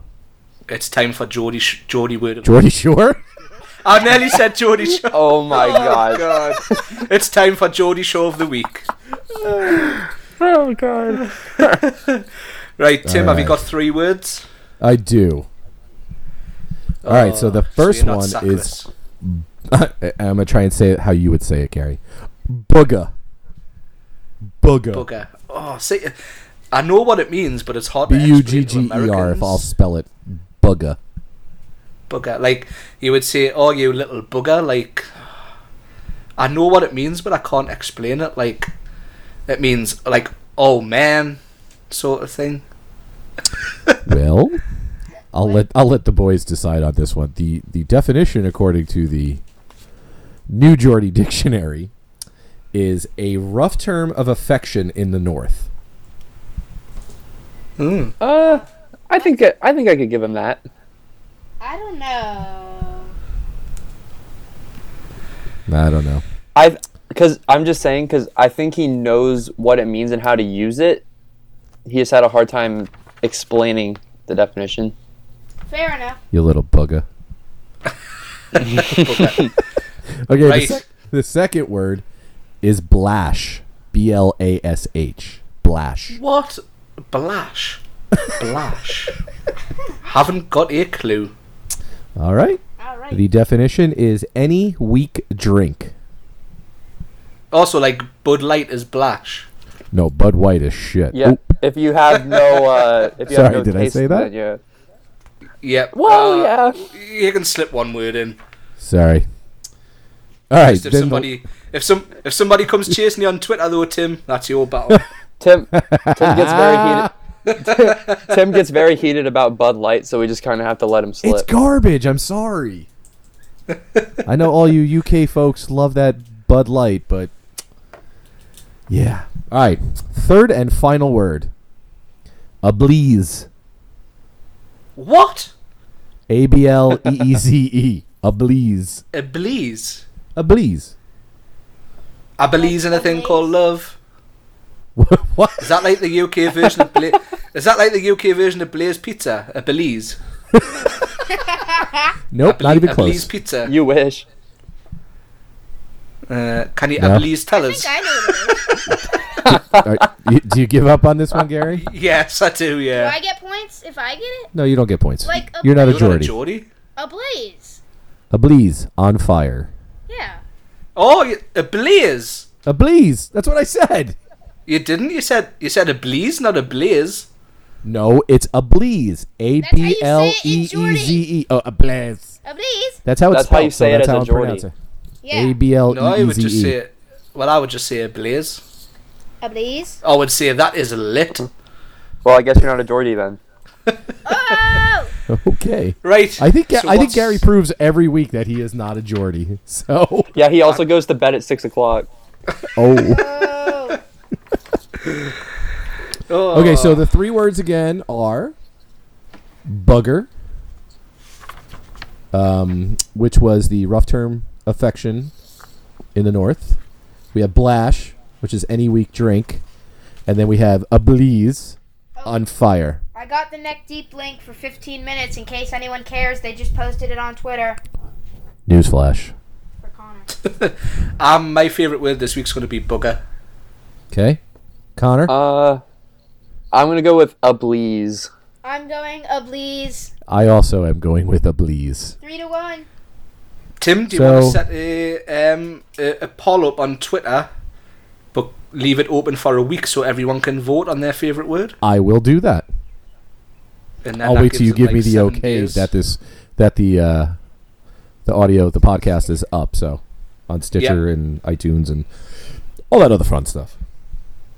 Speaker 1: It's time for Jody sh- Jody word. Of-
Speaker 4: Jordy Shore.
Speaker 1: I nearly said Jody show.
Speaker 2: Oh my god.
Speaker 1: God. it's time for Jody show of the week.
Speaker 2: Oh god.
Speaker 1: Right, Tim, have you
Speaker 4: Alright.
Speaker 1: got three words?
Speaker 4: I do. All right, so the
Speaker 1: Oh,
Speaker 4: first
Speaker 1: you're not
Speaker 4: one is-
Speaker 1: sackless.
Speaker 4: I, am gonna try and say it how you would say it, Gary. Booga. Booga.
Speaker 1: bugger. Oh, see, I know what it means, but it's hard. to
Speaker 4: B u
Speaker 1: explain
Speaker 4: g
Speaker 1: to
Speaker 4: g e r. If I'll
Speaker 1: Americans.
Speaker 4: spell it, booga.
Speaker 1: bugger. Like you would say, "Oh, you little bugger." Like I know what it means, but I can't explain it. Like it means like "oh man" sort of thing.
Speaker 4: Well, I'll let I'll let the boys decide on this one. the The definition, according to the New Geordie Dictionary, is a rough term of affection in the North.
Speaker 1: Mm.
Speaker 2: Uh I think I, I think I could give him that.
Speaker 5: I don't know.
Speaker 4: I don't know.
Speaker 2: I because I'm just saying because I think he knows what it means and how to use it. He just had a hard time explaining the definition.
Speaker 5: Fair enough.
Speaker 4: You little booger.
Speaker 1: Bugger.
Speaker 4: Okay,
Speaker 1: Right.
Speaker 4: the, sec- the second word is blash. B L A S H. Blash.
Speaker 1: What? Blash. Blash. Haven't got a clue.
Speaker 4: All right.
Speaker 5: All right.
Speaker 4: The definition is any weak drink.
Speaker 1: Also, like, Bud Light is Blash.
Speaker 4: No, Bud White is shit.
Speaker 2: Yeah.
Speaker 4: Oop.
Speaker 2: If you have no, uh, if you
Speaker 4: Sorry,
Speaker 2: have no
Speaker 4: did I
Speaker 2: taste,
Speaker 4: say
Speaker 2: then
Speaker 4: that?
Speaker 2: yeah. Uh,
Speaker 1: Yep.
Speaker 2: Well, yeah.
Speaker 1: uh, You can slip one word in.
Speaker 4: Sorry. All right.
Speaker 1: Just if
Speaker 4: then the-
Speaker 1: somebody, if some, if somebody comes chasing you on Twitter, though, Tim, that's your battle.
Speaker 2: Tim, Tim gets very heated. Tim gets very heated about Bud Light, so we just kind of have to let him slip.
Speaker 4: It's garbage. I'm sorry. I know all you UK folks love that Bud Light, but yeah. All right. Third and final word. A bleeze.
Speaker 1: what?
Speaker 4: A B L E E Z E. A bleeze.
Speaker 1: A bleeze.
Speaker 4: A bleeze.
Speaker 1: I believe in a thing called love.
Speaker 4: what?
Speaker 1: Is that like the UK version of Bla- Is that like the UK version of Blaze Pizza? A Belize.
Speaker 4: Nope.
Speaker 1: Belize
Speaker 4: not even
Speaker 1: a Belize
Speaker 4: close.
Speaker 1: Pizza.
Speaker 2: You wish.
Speaker 1: uh, can you
Speaker 4: No.
Speaker 1: a Belize tell
Speaker 5: I
Speaker 1: us?
Speaker 5: think I know what it is.
Speaker 4: All right, you- do you give up on this one, Gary?
Speaker 1: Yes, I do.
Speaker 5: Do
Speaker 1: Yeah.
Speaker 5: I get points if I get it?
Speaker 4: No, you don't get points.
Speaker 5: Like a
Speaker 4: You're not a
Speaker 1: You're not
Speaker 4: Geordie.
Speaker 1: Geordie.
Speaker 5: A blaze.
Speaker 4: A bleeze on fire.
Speaker 5: Yeah.
Speaker 1: Oh, you- a blaze.
Speaker 4: A bleeze. That's what I said.
Speaker 1: You didn't. You said you said a blaze, not a blaze.
Speaker 4: No, it's a bleeze. A
Speaker 5: how you
Speaker 4: B
Speaker 5: say
Speaker 4: L
Speaker 5: it in
Speaker 4: E E Z E.
Speaker 5: Geordie.
Speaker 4: Oh, a blaze.
Speaker 5: A blaze.
Speaker 4: That's how
Speaker 2: That's
Speaker 4: it's
Speaker 2: how
Speaker 4: spelled.
Speaker 2: you
Speaker 4: so
Speaker 2: say it
Speaker 4: that's
Speaker 2: as
Speaker 4: how
Speaker 2: a
Speaker 4: I'm pronouncing
Speaker 2: Geordie.
Speaker 4: it.
Speaker 5: Yeah.
Speaker 4: A B L
Speaker 1: No, I
Speaker 4: E E
Speaker 1: would just
Speaker 4: Z E.
Speaker 1: say. Well, I would just say a blaze.
Speaker 5: A blaze.
Speaker 1: I would say that is lit.
Speaker 4: Uh-huh.
Speaker 2: Well, I guess you're not a Geordie then.
Speaker 5: Oh!
Speaker 4: Okay.
Speaker 1: Right.
Speaker 4: I think Ga-
Speaker 1: So
Speaker 4: I think
Speaker 1: what's-
Speaker 4: Gary proves every week that he is not a Geordie. So,
Speaker 2: Yeah, he also goes to bed at six o'clock.
Speaker 4: oh.
Speaker 5: Oh.
Speaker 1: Oh.
Speaker 4: Okay, so the three words again are bugger, um, which was the rough term affection in the north. We have blash, which is any weak drink, and then we have a bleeze on fire.
Speaker 5: I got the neck deep link for 15 minutes in case anyone cares. They just posted it on Twitter
Speaker 4: Newsflash.
Speaker 5: for Connor.
Speaker 1: um, my favorite word this week's going to be bugger.
Speaker 4: Okay, Connor.
Speaker 2: Uh, I'm gonna go with a bleeze.
Speaker 5: I'm going a blaze.
Speaker 4: I also am going with a bleeze.
Speaker 5: Three to one.
Speaker 1: Tim, do you
Speaker 4: So-
Speaker 1: want to set a, um, a, a poll up on Twitter, but leave it open for a week so everyone can vote on their favorite word?
Speaker 4: I will do that.
Speaker 1: And then
Speaker 4: I'll
Speaker 1: that
Speaker 4: wait till
Speaker 1: gives
Speaker 4: you
Speaker 1: them,
Speaker 4: give
Speaker 1: like,
Speaker 4: me the
Speaker 1: seven
Speaker 4: okay
Speaker 1: days.
Speaker 4: that this that the uh, the audio of the podcast is up. So on Stitcher and iTunes and all that other fun stuff.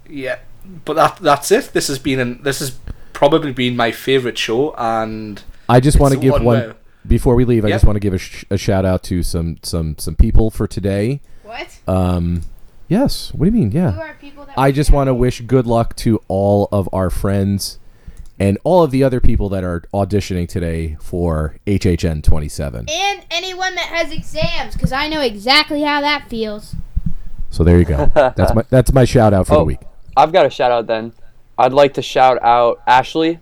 Speaker 1: Yeah, but that that's it. This has been an, this has probably been my favorite show, and
Speaker 4: I just
Speaker 1: It's
Speaker 4: want to
Speaker 1: the
Speaker 4: give
Speaker 1: one
Speaker 4: one,
Speaker 1: where-
Speaker 4: before we leave. I
Speaker 1: Yeah.
Speaker 4: just want to give a, sh- a shout out to some some some people for today.
Speaker 5: What?
Speaker 4: Um, yes. What do you mean?
Speaker 5: Who
Speaker 4: Yeah.
Speaker 5: are people that
Speaker 4: I
Speaker 5: we
Speaker 4: just
Speaker 5: know?
Speaker 4: want to wish good luck to all of our friends and all of the other people that are auditioning today for HHN 27.
Speaker 5: And anyone that has exams, because I know exactly how that feels.
Speaker 4: So there you go. That's my that's my shout out for the
Speaker 2: Oh.
Speaker 4: week.
Speaker 2: I've got a shout out then. I'd like to shout out Ashley,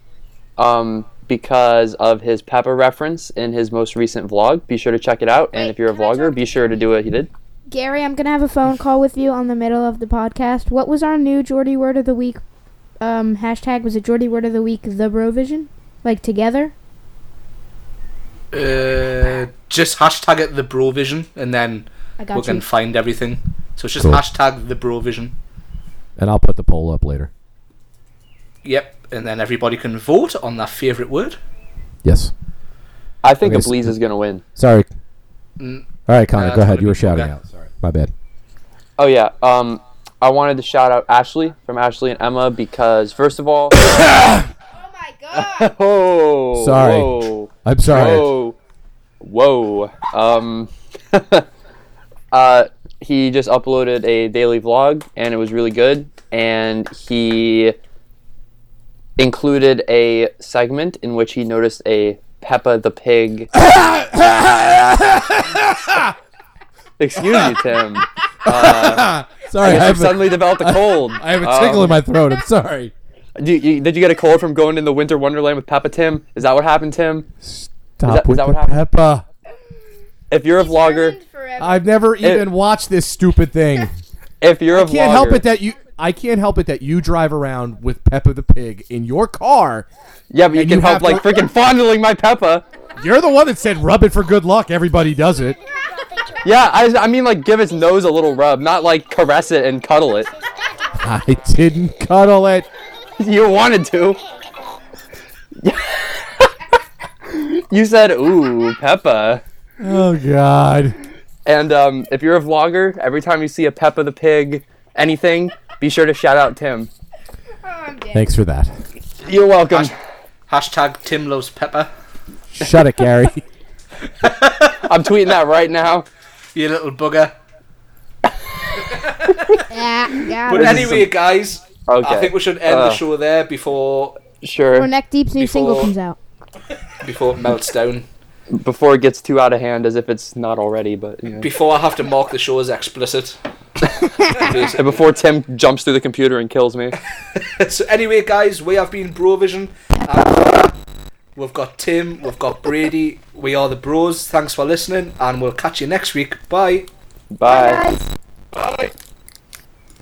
Speaker 2: um, because of his Peppa reference in his most recent vlog. Be sure to check it out, and
Speaker 5: Wait,
Speaker 2: if you're a
Speaker 5: can I
Speaker 2: vlogger,
Speaker 5: talk
Speaker 2: be sure to do what he did.
Speaker 6: Gary, I'm gonna have a phone call with you on the middle of the podcast. What was our new Geordie word of the week? Um, hashtag was it Geordie word of the week? The Brovision, like together.
Speaker 1: uh, just hashtag it the Bro Vision, and then
Speaker 6: I
Speaker 1: we
Speaker 6: got
Speaker 1: can
Speaker 6: you.
Speaker 1: find everything. So it's just
Speaker 4: Cool.
Speaker 1: hashtag the Bro Vision.
Speaker 4: and I'll put the poll up later.
Speaker 1: Yep, and then everybody can vote on their favorite word.
Speaker 4: Yes.
Speaker 2: I think
Speaker 4: Okay,
Speaker 2: a
Speaker 4: so-
Speaker 2: bleeze is gonna win.
Speaker 4: Sorry.
Speaker 1: Mm.
Speaker 4: All right, Connor,
Speaker 1: Uh,
Speaker 4: go
Speaker 1: it's
Speaker 4: ahead.
Speaker 1: gonna
Speaker 4: You were
Speaker 1: be-
Speaker 4: shouting
Speaker 1: okay.
Speaker 4: out. Sorry. My bad.
Speaker 2: Oh yeah. Um, I wanted to shout out Ashley from Ashley and Emma because first of all,
Speaker 5: Oh my god!
Speaker 2: oh,
Speaker 4: Sorry.
Speaker 2: whoa,
Speaker 4: I'm sorry.
Speaker 2: whoa, whoa. Um, uh, he just uploaded a daily vlog and it was really good. And he included a segment in which he noticed a Peppa the Pig. Excuse me, Tim.
Speaker 4: Sorry, I
Speaker 2: I
Speaker 4: have,
Speaker 2: suddenly Oh.
Speaker 4: a,
Speaker 2: developed a cold. Um,
Speaker 4: I have a tickle in my throat. I'm sorry.
Speaker 2: Do you, did you get a cold from going in the winter wonderland with Papa Tim? Is that what happened, Tim?
Speaker 4: Stop
Speaker 2: that- is
Speaker 4: with
Speaker 2: that
Speaker 4: the
Speaker 2: what happened?
Speaker 4: Peppa.
Speaker 2: If you're a vlogger,
Speaker 5: Ruined forever. ever.
Speaker 4: I've never even watched this stupid thing.
Speaker 2: If you're a vlogger,
Speaker 4: can't help it that you. I can't help it that you drive around with Peppa the pig in your car.
Speaker 2: yeah, but you
Speaker 4: and
Speaker 2: can
Speaker 4: you
Speaker 2: help
Speaker 4: have
Speaker 2: like
Speaker 4: to-
Speaker 2: freaking fondling my Peppa.
Speaker 4: You're the one that said rub it for good luck. Everybody does it.
Speaker 2: Yeah, I, I mean like give its nose a little rub, not like caress it and cuddle it.
Speaker 4: I didn't cuddle it.
Speaker 2: You wanted to. you said, "Ooh, Peppa."
Speaker 4: Oh God.
Speaker 2: And um, if you're a vlogger, every time you see a Peppa the Pig, anything, be sure to shout out Tim.
Speaker 4: Thanks for that.
Speaker 2: You're welcome.
Speaker 1: Hashtag Tim loves Pepper.
Speaker 4: Shut it, Gary.
Speaker 2: I'm tweeting that right now.
Speaker 1: You little bugger.
Speaker 6: Yeah, got
Speaker 1: But
Speaker 6: it.
Speaker 1: anyway, guys,
Speaker 2: Okay.
Speaker 1: I think we should end the
Speaker 2: Uh.
Speaker 1: show there before
Speaker 6: Or
Speaker 2: Sure.
Speaker 6: Neck Deep's new single
Speaker 1: Before-
Speaker 6: comes out.
Speaker 1: before it melts down.
Speaker 2: Before it gets too out of hand, as if it's not already, but you know.
Speaker 1: Before I have to mark the show as explicit.
Speaker 2: And before Tim jumps through the computer and kills me.
Speaker 1: so anyway, guys, we have been Brovision. We've got Tim, we've got Brady. We are the Bros. Thanks for listening, and we'll catch you next week. Bye.
Speaker 2: Bye.
Speaker 1: Bye.